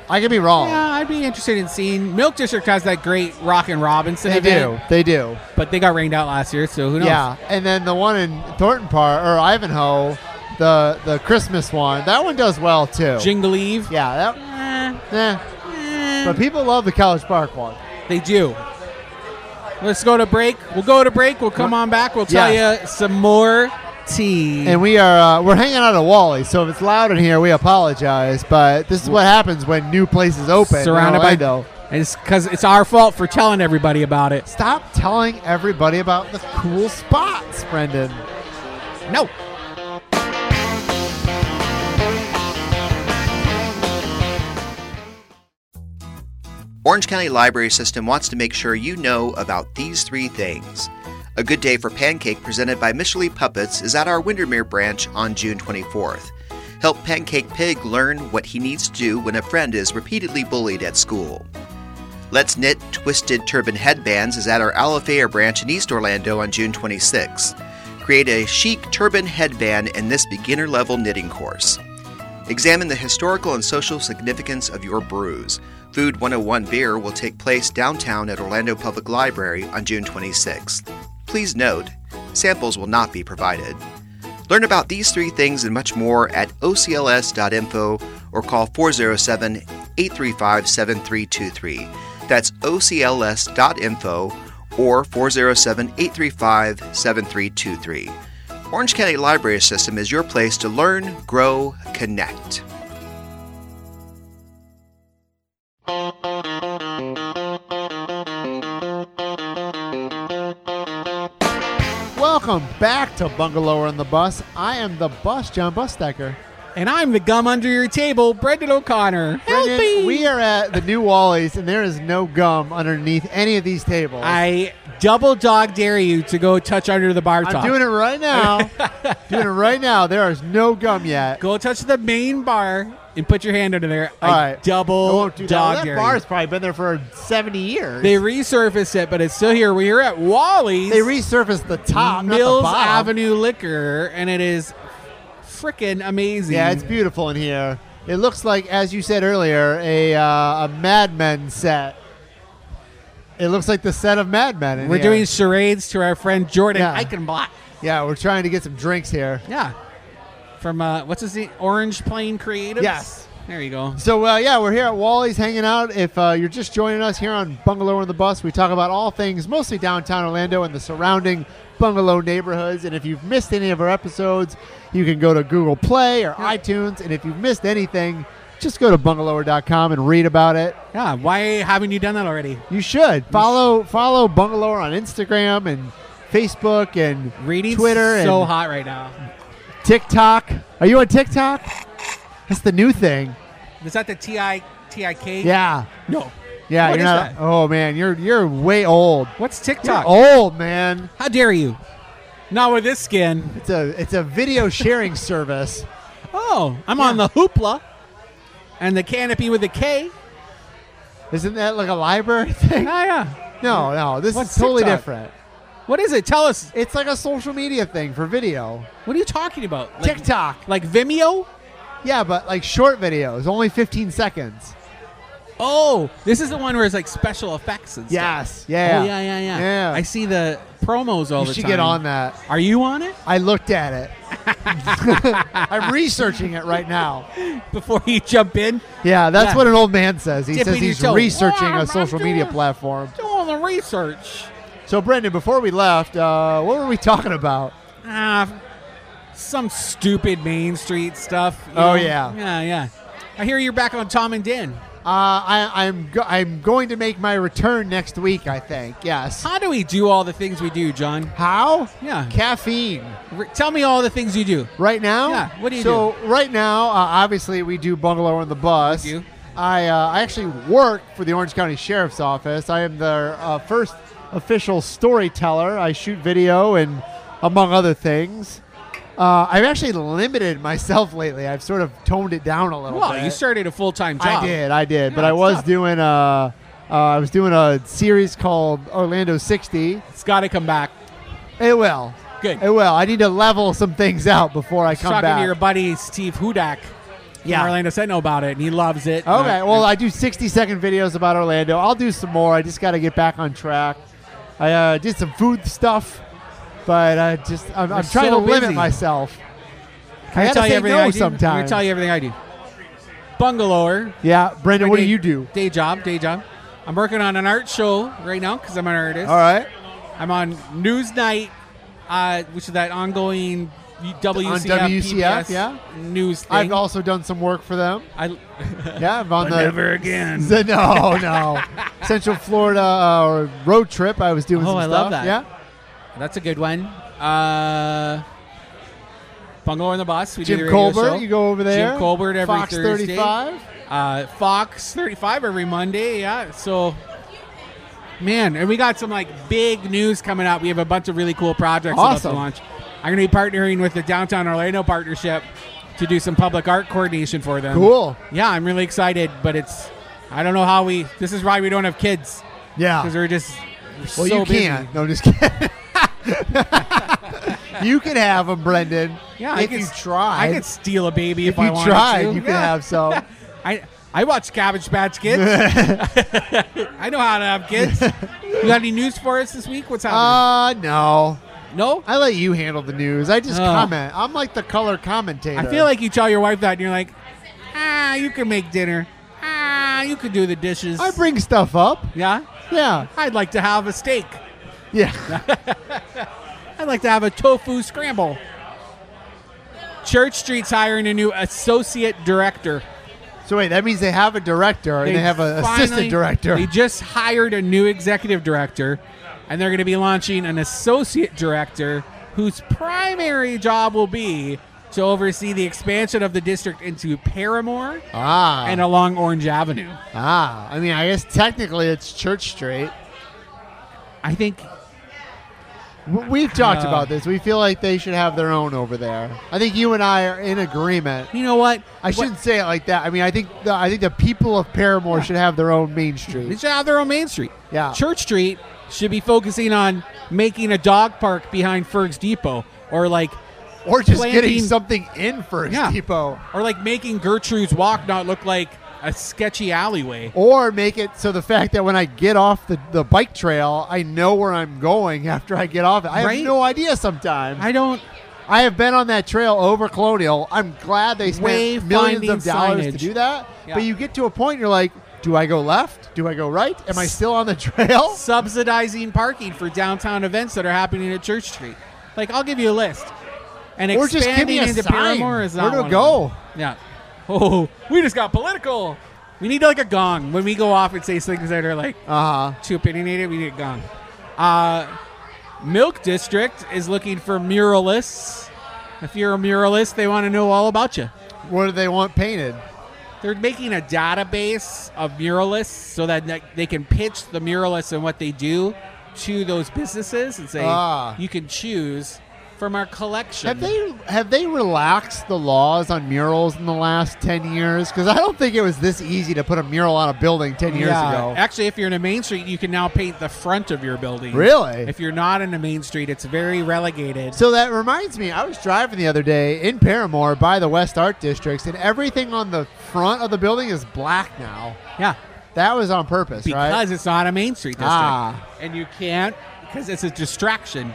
S1: I could be wrong.
S2: Yeah, I'd be interested in seeing. Milk District has that great Rock and Robinson
S1: They do.
S2: event,
S1: They do.
S2: but they got rained out last year, so who knows?
S1: Yeah. And then the one in Thornton Park or Ivanhoe, the the Christmas one, that one does well too.
S2: Jingle Eve.
S1: yeah,
S2: Yeah.
S1: that eh. But people love the College Park one.
S2: They do. Let's go to break. We'll go to break. We'll come on back. We'll tell
S1: Yes.
S2: you some more tea.
S1: And we are uh, we're hanging out at Wally, so if it's loud in here, we apologize. But this is what happens when new places open. in
S2: surrounded by
S1: Orlando.
S2: And it's because it's our fault for telling everybody about it.
S1: Stop telling everybody about the cool spots, Brendan.
S2: No.
S4: Orange County Library System wants to make sure you know about these three things. A Good Day for Pancake presented by Michele Puppets is at our Windermere branch on June 24th. Help Pancake Pig learn what he needs to do when a friend is repeatedly bullied at school. Let's Knit Twisted Turban Headbands is at our Alafaya branch in East Orlando on June 26th. Create a chic turban headband in this beginner level knitting course. Examine the historical and social significance of your brews. Food 101 Beer will take place downtown at Orlando Public Library on June 26th. Please note, samples will not be provided. Learn about these three things and much more at ocls.info or call 407 835 7323. That's ocls.info or 407 835 7323. Orange County Library System is your place to learn, grow, connect.
S1: Welcome back to Bungalower on the Bus. I am the bus, John Busdecker.
S2: And I'm the gum under your table, Brendan O'Connor. Help
S1: Brendan,
S2: me.
S1: We are at the new Wally's, and there is no gum underneath any of these tables.
S2: I double dog dare you to go touch under the bar top.
S1: am doing it right
S2: *laughs*
S1: now. doing it right now. There is no gum yet.
S2: Go touch the main bar and put your hand under there.
S1: All
S2: I
S1: right. I
S2: double
S1: won't do that.
S2: dog
S1: Well,
S2: dare
S1: that bar's
S2: you.
S1: probably been there for 70 years.
S2: They resurfaced it, but it's still here. We're at Wally's.
S1: They resurfaced the top, not the
S2: Mills
S1: bottom.
S2: Avenue Liquor, and it is freaking amazing.
S1: Yeah, it's beautiful in here. It looks like, as you said earlier, a, uh, a Mad Men set. It looks like the set of Mad Men. in
S2: We're
S1: here.
S2: doing charades to our friend Jordan
S1: Yeah.
S2: Eichenblatt.
S1: Yeah, we're trying to get some drinks here.
S2: Yeah. From uh, what's his name? Orange Plane Creative.
S1: Yes.
S2: There you go.
S1: So uh, yeah, we're here at Wally's hanging out. If uh, you're just joining us here on Bungalow on the Bus, we talk about all things mostly downtown Orlando and the surrounding bungalow neighborhoods. And if you've missed any of our episodes, you can go to Google Play or iTunes. And if you've missed anything, just go to bungalower.com and read about it.
S2: Yeah. Why haven't you done that already?
S1: You should follow follow Bungalower on Instagram and Facebook and
S2: Reading's
S1: Twitter
S2: so
S1: and
S2: hot right now.
S1: TikTok. Are you on TikTok? That's the new thing.
S2: Is that the T I T I K?
S1: Yeah,
S2: No.
S1: yeah.
S2: What
S1: you're
S2: is
S1: not.
S2: that?
S1: Oh man, you're you're way old.
S2: What's
S1: You're
S2: TikTok?
S1: old man.
S2: How dare you? Not with this skin.
S1: It's a it's a video
S2: *laughs*
S1: sharing service.
S2: Oh, I'm on the hoopla and the canopy with the K.
S1: Isn't that like a library *laughs* thing?
S2: Ah, yeah.
S1: No, no. This
S2: What's
S1: is totally
S2: TikTok?
S1: different.
S2: What is it? Tell us.
S1: It's like a social media thing for video.
S2: What are you talking about? Like,
S1: TikTok.
S2: Like Vimeo?
S1: Yeah, but like short videos, only 15 seconds.
S2: Oh, this is the one where it's like special effects and stuff.
S1: Yes. Yeah.
S2: Oh, yeah, yeah, yeah.
S1: Yeah.
S2: I see the promos all
S1: You
S2: the
S1: should
S2: time.
S1: get on that.
S2: Are you on it? *laughs*
S1: I looked at it. I'm researching it right now.
S2: Before you jump in?
S1: Yeah, that's
S2: Yeah.
S1: what an old man says. He
S2: Dipping
S1: says
S2: your
S1: he's
S2: toe.
S1: researching
S2: Wow,
S1: a social
S2: man,
S1: media
S2: yeah.
S1: platform.
S2: Do all the research.
S1: So, Brendan, before we left, uh, what were we talking about?
S2: Ah, some stupid Main Street stuff. you
S1: Oh, yeah.
S2: Yeah, yeah. I hear you're back on Tom and Dan.
S1: Uh, I, I'm go- I'm going to make my return next week. I think yes.
S2: How do we do all the things we do, John?
S1: How?
S2: Yeah.
S1: Caffeine.
S2: R- tell me all the things you do.
S1: Right now?
S2: Yeah, what do you
S1: so right now, uh, obviously, we do Bungalow on the Bus.
S2: We do.
S1: I, uh, I actually work for the Orange County Sheriff's Office. I am their uh, first official storyteller. I shoot video and among other things. Uh, I've actually limited *laughs* myself lately. I've sort of toned it down a little
S2: Well,
S1: bit.
S2: you started a full time job.
S1: I did, I did,
S2: Yeah,
S1: but I
S2: it's
S1: was
S2: tough.
S1: doing uh, uh, I was doing a series called Orlando 60.
S2: It's got to come back.
S1: It will,
S2: Good.
S1: it will. I need to level some things out before I come
S2: talking
S1: back.
S2: to your buddy Steve Hudak.
S1: Yeah.
S2: from Orlando Sentinel about it, and he loves it.
S1: Okay,
S2: Uh,
S1: well, I do 60 second videos about Orlando. I'll do some more. I just got to get back on track. I uh, did some food stuff, but I just I'm, I'm
S2: We're
S1: trying
S2: so
S1: to limit
S2: busy.
S1: myself.
S2: can I
S1: gotta
S2: tell you
S1: say
S2: everything
S1: no
S2: I do? Can I
S1: sometimes.
S2: tell you everything I do? Bungalower.
S1: Yeah, Brendan,
S2: My
S1: what do
S2: day-
S1: you do?
S2: Day job, day job. I'm working on an art show right now because I'm an artist.
S1: All right,
S2: I'm on Newsnight, uh, which is that ongoing WCF,
S1: WCF,
S2: PBS
S1: yeah.
S2: news thing.
S1: I've also done some work for them.
S2: I-
S1: Yeah, I'm on the
S2: again.
S1: the- *laughs* no no Central Florida uh, or road trip. I was doing.
S2: Oh,
S1: some
S2: I love
S1: stuff.
S2: that.
S1: Yeah,
S2: That's a good one. Uh, Bungalow on the bus. We
S1: Jim
S2: do the radio
S1: Colbert,
S2: show.
S1: you go over there.
S2: Jim Colbert every
S1: Fox
S2: Thursday.
S1: 35.
S2: Uh, Fox 35 every Monday. Yeah. So, man, and we got some like big news coming up. We have a bunch of really cool projects about
S1: Awesome.
S2: to launch. I'm going to be partnering with the Downtown Orlando Partnership to do some public art coordination for them.
S1: Cool.
S2: Yeah, I'm really excited, but it's I don't know how we. This is why we don't have kids
S1: Yeah.
S2: because we're just we're
S1: Well,
S2: so
S1: you
S2: busy.
S1: can't. No, I'm just kidding. *laughs* you can have them, Brendan.
S2: Yeah,
S1: if
S2: I could
S1: you
S2: s-
S1: try.
S2: I could steal a baby if,
S1: if you
S2: I wanted
S1: tried,
S2: to.
S1: you could
S2: Yeah.
S1: have some.
S2: *laughs* I I watch Cabbage
S1: *laughs*
S2: Patch Kids. I know how to have kids. You got any news for us this week? What's happening?
S1: Uh, no.
S2: no.
S1: I let you handle the news. I just
S2: Oh.
S1: comment. I'm like the color commentator.
S2: I feel like you tell your wife that, and you're like, ah, you can make dinner. Ah, you could do the dishes.
S1: I bring stuff up.
S2: yeah,
S1: Yeah,
S2: I'd like to have a steak. *laughs*
S1: yeah.
S2: I'd like to have a tofu scramble. Church Street's hiring a new associate director.
S1: so wait, that means they have a director and they have an
S2: finally-
S1: assistant director.
S2: They just hired a new executive director, and they're going to be launching an associate director whose primary job will be to oversee the expansion of the district into Paramore
S1: ah,
S2: and uh, along Orange Avenue.
S1: ah. I mean, I guess technically it's Church Street.
S2: I think
S1: W- We've talked
S2: Uh,
S1: about this. We feel like they should have their own over there. I think you and I are in agreement.
S2: you know what
S1: I
S2: What-
S1: shouldn't say it like that. I mean, I think the, I think the people of Paramore should have their own main
S2: They
S1: street.
S2: should have their own Main Street.
S1: Yeah.
S2: Church Street should be focusing on making a dog park behind Ferg's Depot, or like,
S1: Or just
S2: planting-
S1: getting something in First
S2: Yeah.
S1: Depot.
S2: or like making Gertrude's Walk not look like a sketchy alleyway.
S1: Or make it so the fact that when I get off the, the bike trail, I know where I'm going *laughs* after I get off it. I
S2: Right?
S1: have no idea sometimes.
S2: I don't
S1: I have been on that trail over Colonial. I'm glad they spent
S2: Way
S1: millions of
S2: finding
S1: dollars to
S2: signage.
S1: do that.
S2: Yeah.
S1: But you get to a point, you're like, do I go left? Do I go right? Am I still on the *laughs* trail?
S2: subsidizing parking for downtown events that are happening at Church Street. Like I'll give you a list. And
S1: Or just give me
S2: expanding
S1: a
S2: into
S1: sign.
S2: Paramore is
S1: Where
S2: not
S1: to
S2: one
S1: go?
S2: Of them. Yeah. Oh, we just got political. We need like a gong when we go off and say things that are like
S1: Uh huh.
S2: too opinionated. We need a gong. Uh, Milk District is looking for muralists. If you're a muralist, they want to know all about you.
S1: What do they want painted?
S2: They're making a database of muralists so that ne- they can pitch the muralists and what they do to those businesses and say,
S1: Ah.
S2: you can choose from our collection.
S1: Have they have they relaxed the laws on murals in the last ten years? Because I don't think it was this easy to put a mural on a building ten years ago.
S2: Actually, if you're in a main street, you can now paint the front of your building.
S1: Really?
S2: If you're not in a main street, it's very relegated.
S1: So that reminds me, I was driving the other day in Paramore by the West Art Districts, and everything on the front of the building is black now.
S2: yeah.
S1: That was on purpose,
S2: Because
S1: right?
S2: it's not a main street district.
S1: Ah.
S2: And you can't, because it's a distraction.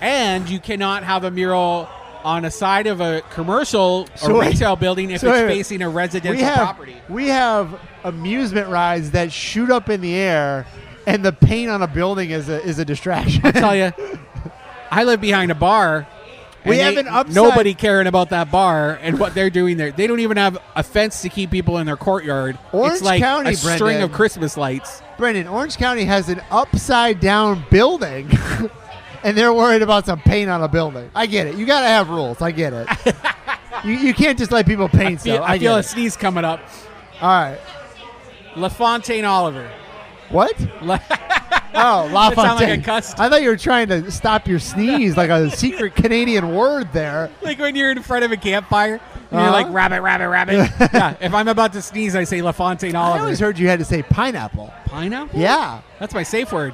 S2: And you cannot have a mural on a side of a commercial or
S1: So wait-
S2: retail building if
S1: so wait a
S2: it's
S1: minute.
S2: facing a residential
S1: we have
S2: property.
S1: we have amusement rides that shoot up in the air, and the paint on a building is a is a distraction. *laughs*
S2: tell you, I live behind a bar. and
S1: We
S2: they-
S1: have an upside-
S2: Nobody caring about that bar and what they're doing there. They don't even have a fence to keep people in their courtyard.
S1: Orange
S2: it's like
S1: County,
S2: a string
S1: Brendan.
S2: of Christmas lights.
S1: Brendan, Orange County has an upside down building, *laughs* and they're worried about some paint on a building. I get it. You got to have rules. I get
S2: *laughs*
S1: it. you, you can't just let people paint
S2: Feel-
S1: stuff.
S2: I,
S1: I,
S2: feel a
S1: get
S2: sneeze coming up.
S1: it. All right.
S2: LaFontaine Oliver.
S1: What?
S2: La-
S1: Oh, La
S2: *laughs* That sound like a
S1: Fontaine.
S2: cuss.
S1: I thought you were trying to stop your sneeze like
S2: *laughs*
S1: a secret Canadian word there.
S2: like when you're in front of a campfire and you're
S1: Uh-huh.
S2: like rabbit, rabbit,
S1: *laughs*
S2: rabbit. yeah, if I'm about to sneeze, I say LaFontaine
S1: I
S2: Oliver.
S1: always heard you had to say pineapple.
S2: Pineapple?
S1: Yeah.
S2: That's my safe word.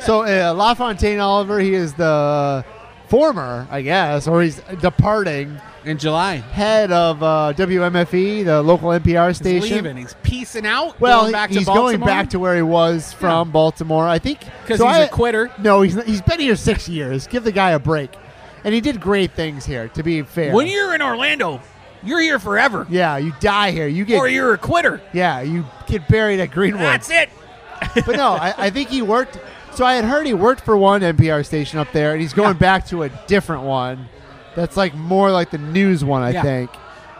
S1: So uh, La Fontaine Oliver, he is the former, I guess, or he's departing
S2: In July.
S1: head of uh, WMFE, the local NPR
S2: He's
S1: station.
S2: leaving. He's peacing out.
S1: Well,
S2: going back
S1: he's
S2: to
S1: going
S2: Baltimore.
S1: back to where he was from Baltimore. I think
S2: 'Cause
S1: so
S2: he's
S1: I-
S2: a quitter.
S1: No, he's not, he's been here six years. Give the guy a break. And he did great things here. To be fair,
S2: When you're in Orlando, you're here forever,
S1: yeah, you die here. You get
S2: or you're a quitter.
S1: yeah, you get buried at Greenwood.
S2: That's it.
S1: but no, I, I think he worked. So I had heard he worked for one NPR station up there, and he's going back to a different one. That's like more like the news one, I
S2: Yeah.
S1: think.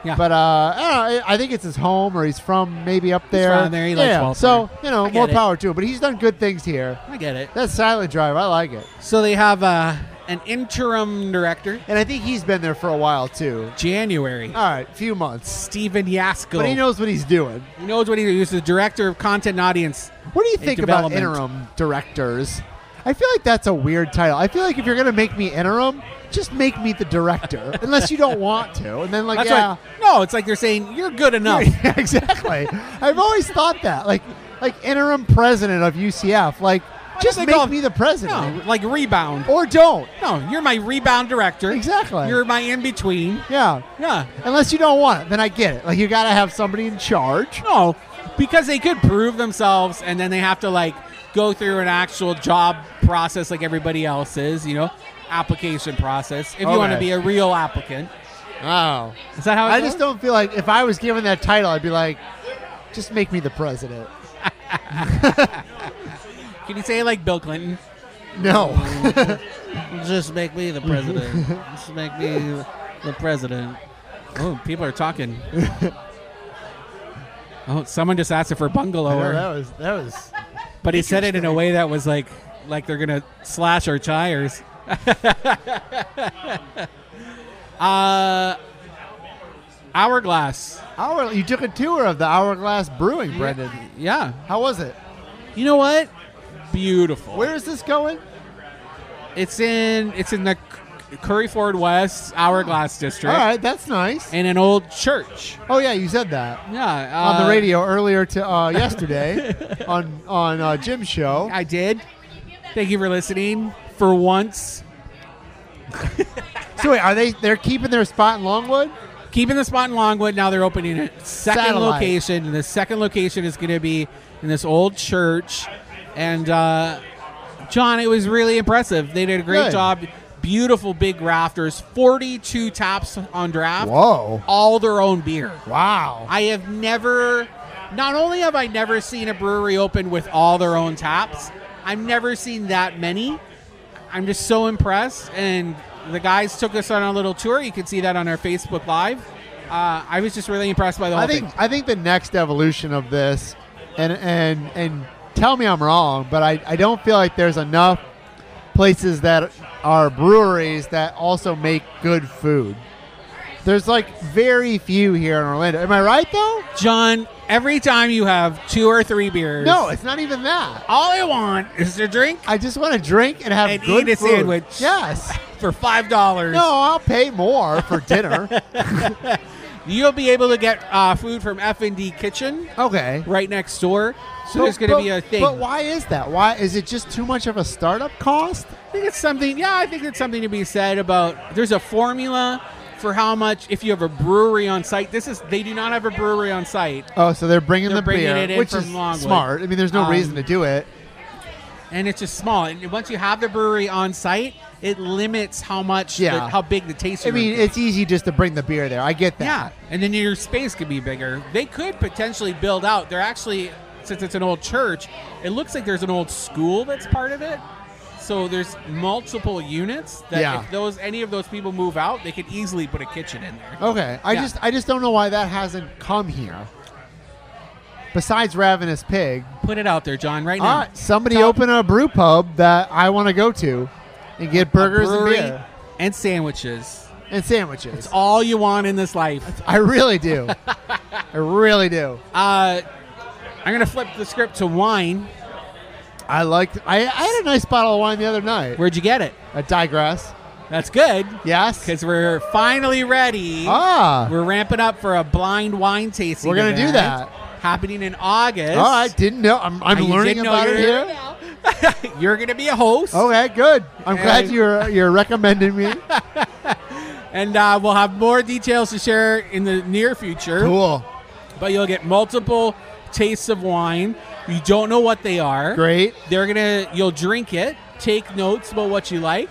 S2: Yeah.
S1: But uh, I, don't know, I I think it's his home, or he's from maybe up there.
S2: from there, he likes
S1: yeah.
S2: Baltimore.
S1: So you know,
S2: I get
S1: more
S2: it.
S1: power to him. But he's done good things here.
S2: I get it.
S1: That's Silent Drive. I like it,
S2: So they have uh, an interim director,
S1: and I think he's been there for a while too.
S2: January,
S1: All right, few months,
S2: Stephen Yasko.
S1: Uh. but he knows what he's doing.
S2: He knows what he He's the director of content and audience.
S1: What do you think about
S2: development.
S1: interim directors? I feel like that's a weird title. I feel like if you're going to make me interim, just make me the director, *laughs* unless you don't want to. And then, like,
S2: That's
S1: yeah, *laughs*
S2: right. No, it's like they're saying you're good enough.
S1: Yeah, exactly. I've always thought that, like, like interim president of UCF, like, just
S2: They
S1: make
S2: call him-
S1: me the president,
S2: No, like rebound.
S1: or don't.
S2: No, you're my rebound director.
S1: Exactly.
S2: You're my in between.
S1: Yeah,
S2: Yeah.
S1: unless you don't want it, then I get it. Like, you got to have somebody in charge.
S2: No, because they could prove themselves, and then they have to like go through an actual job process like everybody else is. You know, application process. If you want to
S1: Okay.
S2: be a real applicant,
S1: Oh,
S2: is that how? It
S1: I
S2: goes?
S1: just don't feel like if I was given that title, I'd be like, just make me the president.
S2: Can you say it like Bill Clinton?
S1: *laughs* No.
S2: Just make me the president. just make me the president. Oh, people are talking. *laughs* oh, someone just asked if we're bungalow,
S1: Yeah,
S2: or-
S1: that was that was
S2: but he said it in a way that was like like they're gonna slash our tires. *laughs* uh, hourglass.
S1: hour. You took a tour of the Hourglass Brewing, Brendan.
S2: Yeah,
S1: How was it?
S2: you know what? Beautiful.
S1: Where is this going?
S2: It's in it's in the C- Curry Ford West Hourglass District
S1: All right, that's nice.
S2: in an old church.
S1: Oh yeah, you said that
S2: Yeah, uh,
S1: on the radio earlier to *laughs* uh, yesterday on on uh, Jim's show.
S2: I did. Thank you for listening. For once,
S1: So wait, are they they're keeping their spot in Longwood?
S2: keeping the spot in Longwood. Now they're opening a second
S1: Satellite.
S2: location, and the second location is going to be in this old church. And uh, John, it was really impressive. They did a great
S1: Good.
S2: job. Beautiful big rafters, forty-two taps on draft.
S1: Whoa.
S2: All their own beer.
S1: Wow.
S2: I have never. Not only have I never seen a brewery open with all their own taps, I've never seen that many. I'm just so impressed. And the guys took us on a little tour. You can see that on our Facebook Live. Uh, I was just really impressed by the whole
S1: I think
S2: thing.
S1: I think the next evolution of this, and and and tell me I'm wrong, but I, I don't feel like there's enough places that are breweries that also make good food. There's like very few here in Orlando. Am I right though?
S2: John, every time you have two or three beers,
S1: No, it's not even that.
S2: all I want is to drink
S1: I just want to drink and have
S2: and
S1: good
S2: eat a
S1: food.
S2: sandwich.
S1: Yes.
S2: for five dollars.
S1: No, I'll pay more for
S2: *laughs*
S1: dinner.
S2: you'll be able to get uh, food from F and D Kitchen
S1: okay.
S2: right next door. So there's going to be a thing.
S1: But why is that? Why is it just too much of a startup cost?
S2: I think it's something. Yeah, I think it's something to be said about. There's a formula for how much if you have a brewery on site. This is they do not have a brewery on site,
S1: Oh, so they're bringing
S2: They're
S1: the
S2: bringing
S1: beer,
S2: it in
S1: which
S2: from
S1: is
S2: Longwood.
S1: smart. I mean, there's no
S2: Um,
S1: reason to do it.
S2: and it's just small. And once you have the brewery on site, it limits how much, the-
S1: Yeah.
S2: how big the tasting.
S1: I mean,
S2: room
S1: it's easy just to bring the beer there. I get that.
S2: Yeah, and then your space could be bigger. They could potentially build out. They're actually, since it's an old church, it looks like there's an old school that's part of it. So there's multiple units that
S1: Yeah.
S2: if those any of those people move out, they could easily put a kitchen in there.
S1: Okay. I
S2: Yeah.
S1: just I just don't know why that hasn't come here. Besides Ravenous Pig,
S2: Put it out there, John, right
S1: all
S2: now.
S1: right, somebody
S2: Tell-
S1: open a brew pub that I want to go to and get burgers and
S2: Brewery
S1: beer
S2: and sandwiches.
S1: and sandwiches.
S2: All you want in this life.
S1: I really
S2: *laughs*
S1: do. I really do.
S2: Uh, I'm gonna flip the script to wine.
S1: I liked. I, I had a nice bottle of wine the other night.
S2: Where'd you get it?
S1: I digress.
S2: That's good
S1: Yes.
S2: because we're finally ready.
S1: Ah.
S2: We're ramping up for a blind wine tasting.
S1: We're gonna do
S2: event
S1: that.
S2: Happening in August.
S1: All right. Didn't know. I'm, I'm
S2: Uh, You
S1: learning
S2: didn't know
S1: about it
S2: you were
S1: here.
S2: gonna- *laughs* You're going to be a host,
S1: Okay, good. I'm glad
S2: And-
S1: you're you're recommending
S2: *laughs*
S1: me.
S2: and uh, we'll have more details to share in the near future.
S1: cool,
S2: But you'll get multiple tastes of wine. You don't know what they are.
S1: great.
S2: They're gonna. You'll drink it. Take notes about what you like.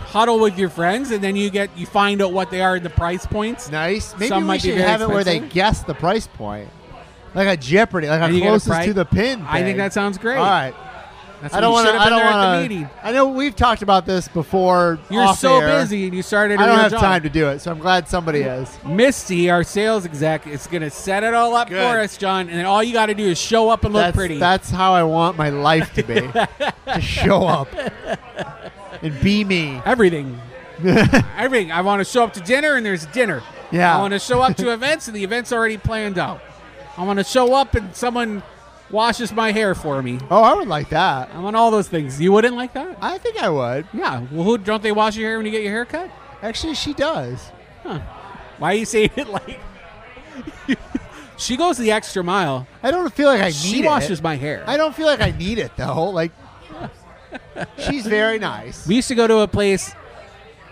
S2: Huddle with your friends, and then you get you find out what they are and the price points.
S1: Nice. Maybe
S2: Some
S1: we
S2: might be
S1: should
S2: very
S1: have it where they
S2: expensive.
S1: guess the price point, like a Jeopardy, like
S2: And
S1: a
S2: you get a
S1: closest
S2: price-
S1: to the pin.
S2: I think
S1: thing.
S2: that sounds great.
S1: All right.
S2: That's
S1: I don't
S2: want to.
S1: I don't
S2: want
S1: want to. I know we've talked about this before.
S2: You're
S1: off
S2: so
S1: air.
S2: busy, and you started.
S1: I
S2: your
S1: don't have
S2: job.
S1: time to do it, so I'm glad somebody is.
S2: Misty, our sales exec, is going to set it all up
S1: Good.
S2: for us, John. And then all you got to do is show up and look
S1: that's,
S2: pretty.
S1: That's how I want my life to
S2: *laughs*
S1: be. to show up and be me. *laughs*
S2: Everything. Everything. I want to show up to dinner, and there's dinner.
S1: Yeah.
S2: I want to show up to *laughs* events, and the event's already planned out. I want to show up, and someone washes my hair for me.
S1: Oh, I would like that.
S2: I want all those things. You wouldn't like that?
S1: I think I would.
S2: Yeah. Well, who don't they wash your hair when you get your hair cut?
S1: Actually, she does.
S2: Why are you saying it like? *laughs* she goes the extra mile.
S1: I don't feel like I need
S2: She
S1: it.
S2: washes my hair.
S1: I don't feel like I need it though. Like, she's very nice.
S2: We used to go to a place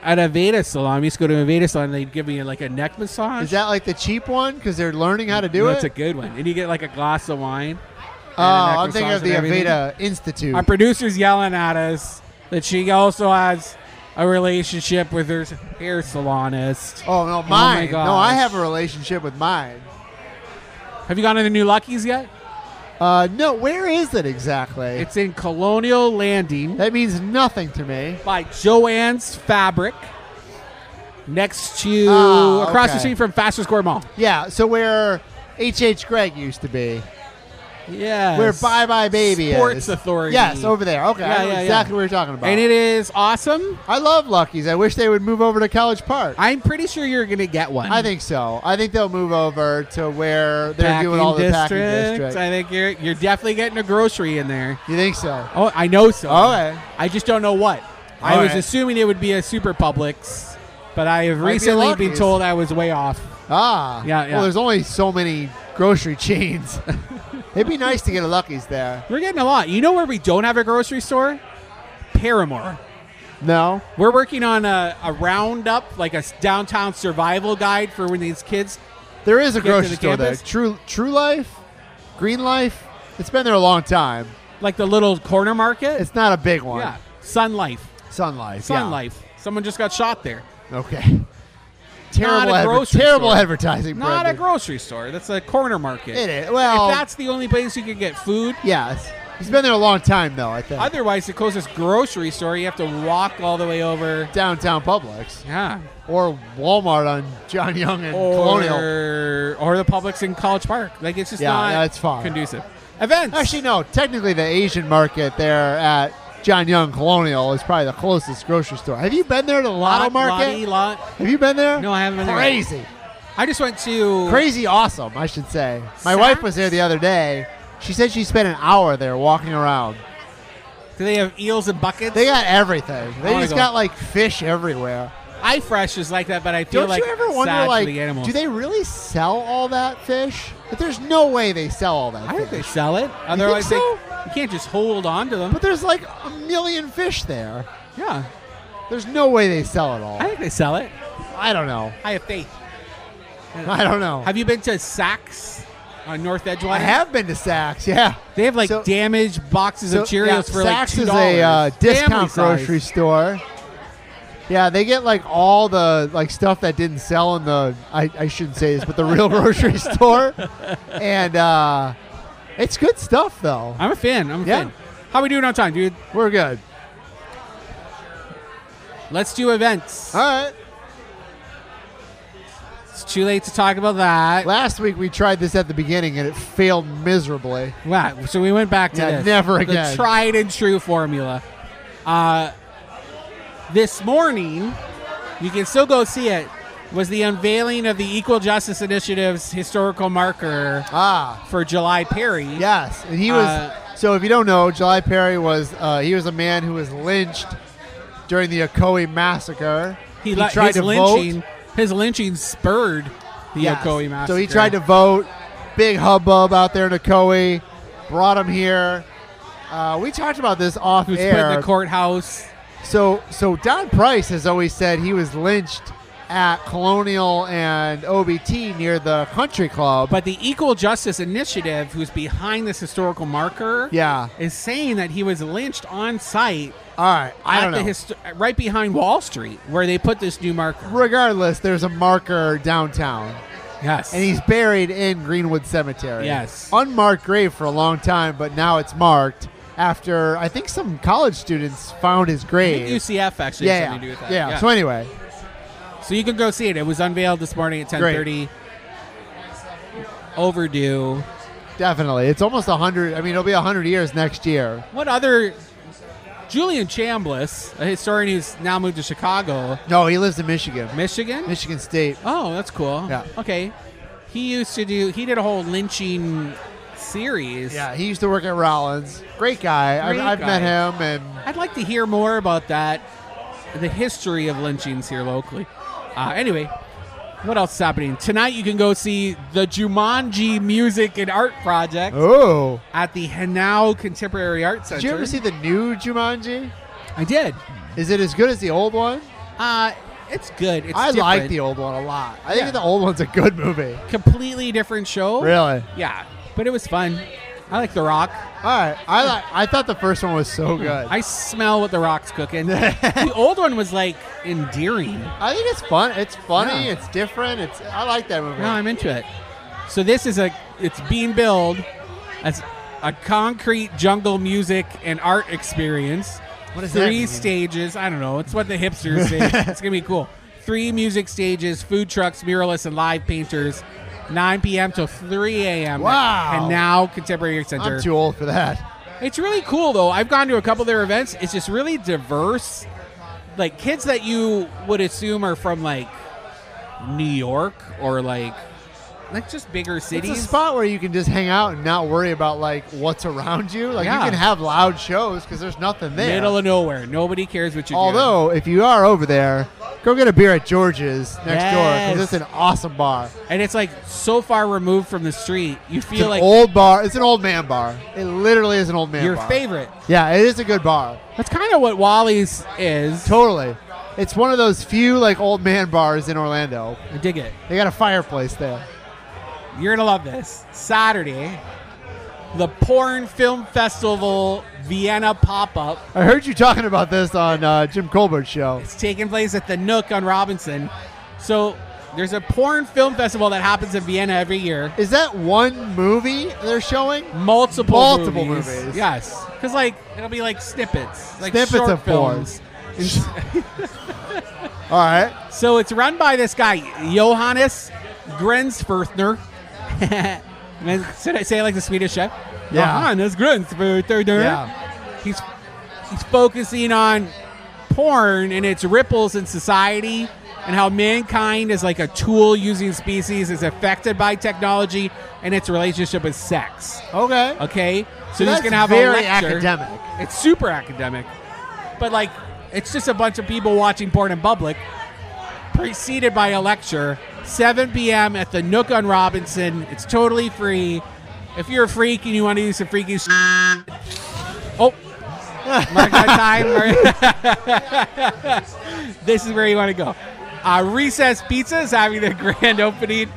S2: at a Veda salon. We used to go to a Veda salon. They'd give me like a neck massage.
S1: Is that like the cheap one? Because they're learning how to do
S2: That's
S1: it.
S2: a good one. And you get like a glass of wine.
S1: oh,
S2: and a
S1: I'm thinking
S2: massage
S1: of the
S2: and everything.
S1: Aveda Institute.
S2: Our producer's yelling at us that she also has a relationship with her hair salonist.
S1: oh no, mine.
S2: gosh.
S1: no, I have a relationship with mine.
S2: Have you gone to the new Lucky's yet?
S1: Uh, no, where is it exactly?
S2: It's in Colonial Landing
S1: that means nothing to me.
S2: by Joanne's Fabric. Next to
S1: Ah,
S2: across
S1: okay.
S2: the street from Faster Square Mall.
S1: Yeah, so where H. H. Gregg used to be,
S2: Yeah.
S1: where Bye Bye Baby
S2: Sports
S1: is.
S2: Authority.
S1: Yes, over there. Okay,
S2: Yeah,
S1: I know
S2: yeah, yeah.
S1: exactly what you're talking about.
S2: And it is awesome.
S1: I love Lucky's. I wish they would move over to College Park.
S2: I'm pretty sure you're going to get one.
S1: I think so. I think they'll move over to where they're doing all the packing district.
S2: I think you're you're definitely getting a grocery in there.
S1: you think so?
S2: Oh, I know so.
S1: Okay.
S2: I just don't know what. I
S1: All
S2: was
S1: right.
S2: assuming it would be a Super Publix, but I have
S1: be a
S2: recently been
S1: Lucky's.
S2: told I was way off.
S1: Ah.
S2: Yeah, yeah.
S1: Well, there's only so many grocery *laughs* chains. It'd be nice to get a Lucky's there.
S2: We're getting a lot. You know where we don't have a grocery store? Paramore.
S1: No.
S2: We're working on a, a roundup, like a s- downtown survival guide for when these kids.
S1: There is a
S2: Get to
S1: grocery
S2: the
S1: store
S2: campus?
S1: there. True True Life, Green Life. It's been there a long time.
S2: Like the little corner market?
S1: It's not a big one.
S2: yeah. Sun Life.
S1: Sun Life.
S2: Sun
S1: yeah.
S2: Life. Someone just got shot there.
S1: Okay. Terrible,
S2: a
S1: adver-
S2: grocery
S1: terrible
S2: store.
S1: advertising.
S2: Not a
S1: Brendan.
S2: grocery store. That's a corner market.
S1: It is. Well,
S2: if that's the only place you can get food,
S1: yes. He's been there a long time though. I think
S2: otherwise the closest grocery store you have to walk all the way over.
S1: downtown Publix
S2: Yeah.
S1: or Walmart on John Young and
S2: Or
S1: Colonial.
S2: or the Publix in College Park. Like it's just
S1: Yeah,
S2: not
S1: that's far.
S2: conducive. Events.
S1: Actually, no. Technically, the Asian market there at John Young Colonial is probably the closest grocery store. Have you been there to the Lotto
S2: Lot,
S1: Market?
S2: lotty, lot.
S1: Have you been there?
S2: No, I haven't been there.
S1: Crazy.
S2: I just went to
S1: Crazy awesome, I should say. My
S2: Saks?
S1: wife was there the other day. She said she spent an hour there walking around.
S2: Do they have eels and buckets?
S1: They got everything. They
S2: wanna
S1: just
S2: go.
S1: got like fish everywhere.
S2: iFresh is like that, but I feel
S1: Don't
S2: like
S1: you ever wonder
S2: sad
S1: like
S2: for the animals.
S1: do they really sell all that fish? But there's no way they sell all that
S2: I
S1: fish.
S2: think they sell it. Otherwise,
S1: so?
S2: they, you can't just hold on to them.
S1: But there's like a million fish there.
S2: yeah,
S1: There's no way they sell it all.
S2: I think they sell it.
S1: I don't know.
S2: I have faith.
S1: I don't know.
S2: Have you been to Saks on North
S1: I
S2: Edgewater?
S1: have been to Saks, yeah.
S2: They have like
S1: So-
S2: damaged boxes of
S1: So, yeah,
S2: Cheerios for like
S1: Saks
S2: two
S1: is a uh, discount grocery
S2: groceries.
S1: store. Yeah, they get like all the like stuff that didn't sell in the I, I shouldn't say this, but the
S2: *laughs*
S1: real grocery store, and uh, it's good stuff though.
S2: I'm a fan. I'm a
S1: Yeah.
S2: fan. How we doing on time, dude?
S1: We're good.
S2: Let's do events.
S1: All right.
S2: It's too late to talk about that.
S1: Last week we tried this at the beginning and it failed miserably.
S2: Wow. So we went back to
S1: Yeah,
S2: this.
S1: never
S2: The
S1: again.
S2: tried and true formula. Uh, this morning, you can still go see it. Was the unveiling of the Equal Justice Initiative's historical marker
S1: Ah,
S2: for July Perry?
S1: yes, and he was.
S2: Uh,
S1: so if you don't know, July Perry was uh, he was a man who was lynched during the Ocoee massacre.
S2: he, li-
S1: tried
S2: his
S1: to
S2: lynching.
S1: vote.
S2: His lynching spurred the
S1: Yes.
S2: Ocoee massacre.
S1: So he tried to vote. Big hubbub out there in Ocoee. Brought him here. Uh, we talked about this off
S2: He was put in
S1: air.
S2: the courthouse.
S1: so so Don Price has always said he was lynched at Colonial and OBT near the country club.
S2: But the Equal Justice Initiative, who's behind this historical marker,
S1: yeah.
S2: is saying that he was lynched on site
S1: All right. I
S2: at
S1: don't
S2: the
S1: know.
S2: histo- right behind Wall Street where they put this new marker.
S1: Regardless, there's a marker downtown,
S2: Yes.
S1: and he's buried in Greenwood Cemetery.
S2: Yes.
S1: Unmarked grave for a long time, but now it's marked after I think some college students found his
S2: I
S1: grave.
S2: think UCF actually has
S1: yeah,
S2: something to do with that.
S1: yeah. So anyway,
S2: So you can go see it. It was unveiled this morning at 10:30. Overdue.
S1: definitely, it's almost hundred. I mean, it'll be hundred years next year.
S2: What other Julian Chambliss, a historian who's now moved to Chicago,
S1: No, he lives in Michigan,
S2: Michigan?
S1: Michigan State.
S2: Oh, that's cool.
S1: Yeah.
S2: Okay. He used to do he did a whole lynching series.
S1: Yeah, he used to work at Rollins. Great guy.
S2: Great
S1: I've, I've
S2: guy.
S1: met him, and
S2: I'd like to hear more about that, the history of lynchings here locally. Uh, anyway, what else is happening? Tonight you can go see the Jumanji Music and Art Project
S1: oh,
S2: at the Hanau Contemporary Art Center.
S1: did you ever see the new Jumanji?
S2: I did.
S1: Is it as good as the old one?
S2: Uh, it's good. It's
S1: I
S2: different.
S1: like the old one a lot. I
S2: Yeah.
S1: think the old one's a good movie.
S2: completely different show.
S1: Really?
S2: Yeah, but it was fun. I like The Rock.
S1: All right. I like. I thought the first one was so good. I,
S2: Hmm. I smell what The
S1: *laughs*
S2: Rock's cooking. the old one was like endearing.
S1: think it's fun. It's funny.
S2: Yeah.
S1: It's different. It's. I like that movie.
S2: No, I'm into it. So this is a it's being billed as a concrete jungle music and art experience.
S1: What does that
S2: Three
S1: mean?
S2: stages. I don't know. It's what the
S1: *laughs*
S2: hipsters say. it's gonna be cool. Three music stages, food trucks, muralists, and live painters. 9 p.m. to 3 a.m.
S1: Wow.
S2: And now Contemporary Art Center.
S1: I'm too old for that.
S2: It's really cool though. I've gone to a couple of their events. It's just really diverse. Like kids that you would assume are from like New York or like like just bigger
S1: It's a
S2: cities.
S1: spot where you can just hang out and not worry about like what's around you. Like
S2: Yeah.
S1: you can have loud shows because there's nothing there.
S2: Middle of nowhere. Nobody cares what you do.
S1: Although if you are over there, Go get a beer at George's next door
S2: Yes.
S1: because it's an awesome bar.
S2: and it's like so far removed from the street. You
S1: It's
S2: feel
S1: an
S2: like
S1: old bar. It's an old man bar. It literally is an old man
S2: your
S1: bar.
S2: favorite.
S1: Yeah, it is a good bar.
S2: That's kind of what Wally's is.
S1: Totally. It's one of those few like old man bars in Orlando.
S2: I dig it.
S1: They got a fireplace there.
S2: You're gonna love this. Saturday, the Porn Film Festival Vienna pop up.
S1: I heard you talking about this on uh, Jim Colbert's show.
S2: It's taking place at the Nook on Robinson. So there's a porn film festival that happens in Vienna every year.
S1: Is that one movie they're showing?
S2: Multiple
S1: Multiple
S2: movies.
S1: movies.
S2: Yes, because like it'll be like snippets, like
S1: Snippets
S2: short
S1: of porn.
S2: films. *laughs*
S1: All right.
S2: So it's run by this guy Johannes *laughs* Grensfurthner. Man, Should I say it like the Swedish chef?
S1: Yeah.
S2: Johannes Grensfurthner.
S1: Yeah.
S2: He's he's focusing on porn and its ripples in society and how mankind is like a tool using species is affected by technology and its relationship with sex.
S1: Okay.
S2: Okay, so,
S1: So
S2: he's
S1: that's
S2: gonna have a
S1: very
S2: lecture.
S1: academic.
S2: It's super academic, but like it's just a bunch of people watching porn in public, preceded by a lecture. 7 p.m. at the Nook on Robinson. It's totally free. If you're a freak and you want to do some freaky, sh-
S1: *laughs*
S2: oh, mark that time. *laughs* this is where you want to go. Uh, Recess Pizza is having their *laughs* grand opening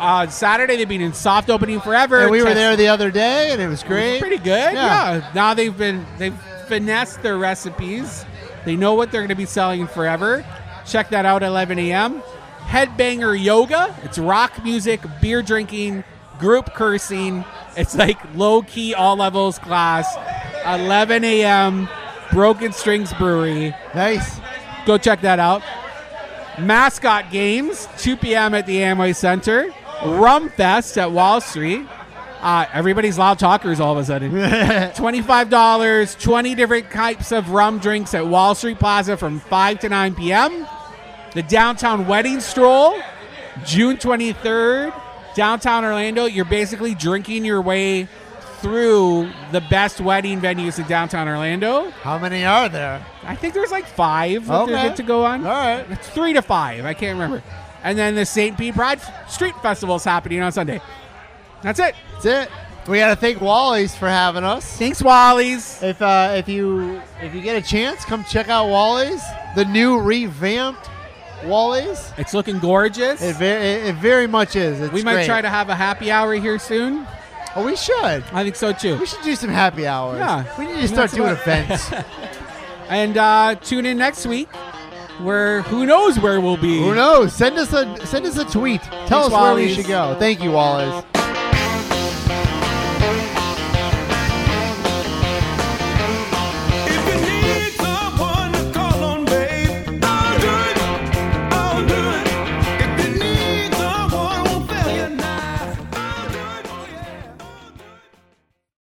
S2: on Saturday. They've been in soft opening forever.
S1: And we were
S2: Test-
S1: there the other day, and it was great.
S2: pretty
S1: Yeah.
S2: good. Yeah. Now they've been they've finessed their recipes. They know what they're going to be selling forever. Check that out at 11 a.m. Headbanger yoga. It's rock music, beer drinking, group cursing. It's like low key all levels class. 11 a.m. Broken Strings Brewery.
S1: Nice.
S2: Go check that out. Mascot games, 2 p.m. at the Amway Center. Rum Fest at Wall Street. Uh, everybody's loud talkers all of a sudden. $25, 20 different types of rum drinks at Wall Street Plaza from 5 to 9 p.m. The Downtown Wedding Stroll, June 23rd, downtown Orlando. You're basically drinking your way through the best wedding venues in downtown Orlando.
S1: How many are there?
S2: I think there's like five that they're
S1: Okay.
S2: good to go on.
S1: All right.
S2: It's three to five. I can't remember. And then the St. Pete Pride F- Street Festival is happening on Sunday. That's it.
S1: That's it. We got to thank Wally's for having us.
S2: Thanks, Wally's.
S1: If uh, if you if you get a chance, come check out Wally's, the new revamped Wally's.
S2: It's looking gorgeous.
S1: It very it, it very much is. It's
S2: we might
S1: great.
S2: try to have a happy hour here soon.
S1: Oh, we should.
S2: I think so too.
S1: We should do some happy hours.
S2: Yeah.
S1: We need
S2: And
S1: to start
S2: that's
S1: doing
S2: about-
S1: events.
S2: *laughs* And uh, tune in next week, where who knows where we'll be.
S1: Who knows? Send us a send us a tweet. Tell us
S2: Thanks,
S1: where we
S2: Wallace.
S1: should go. Thank you, Wallace.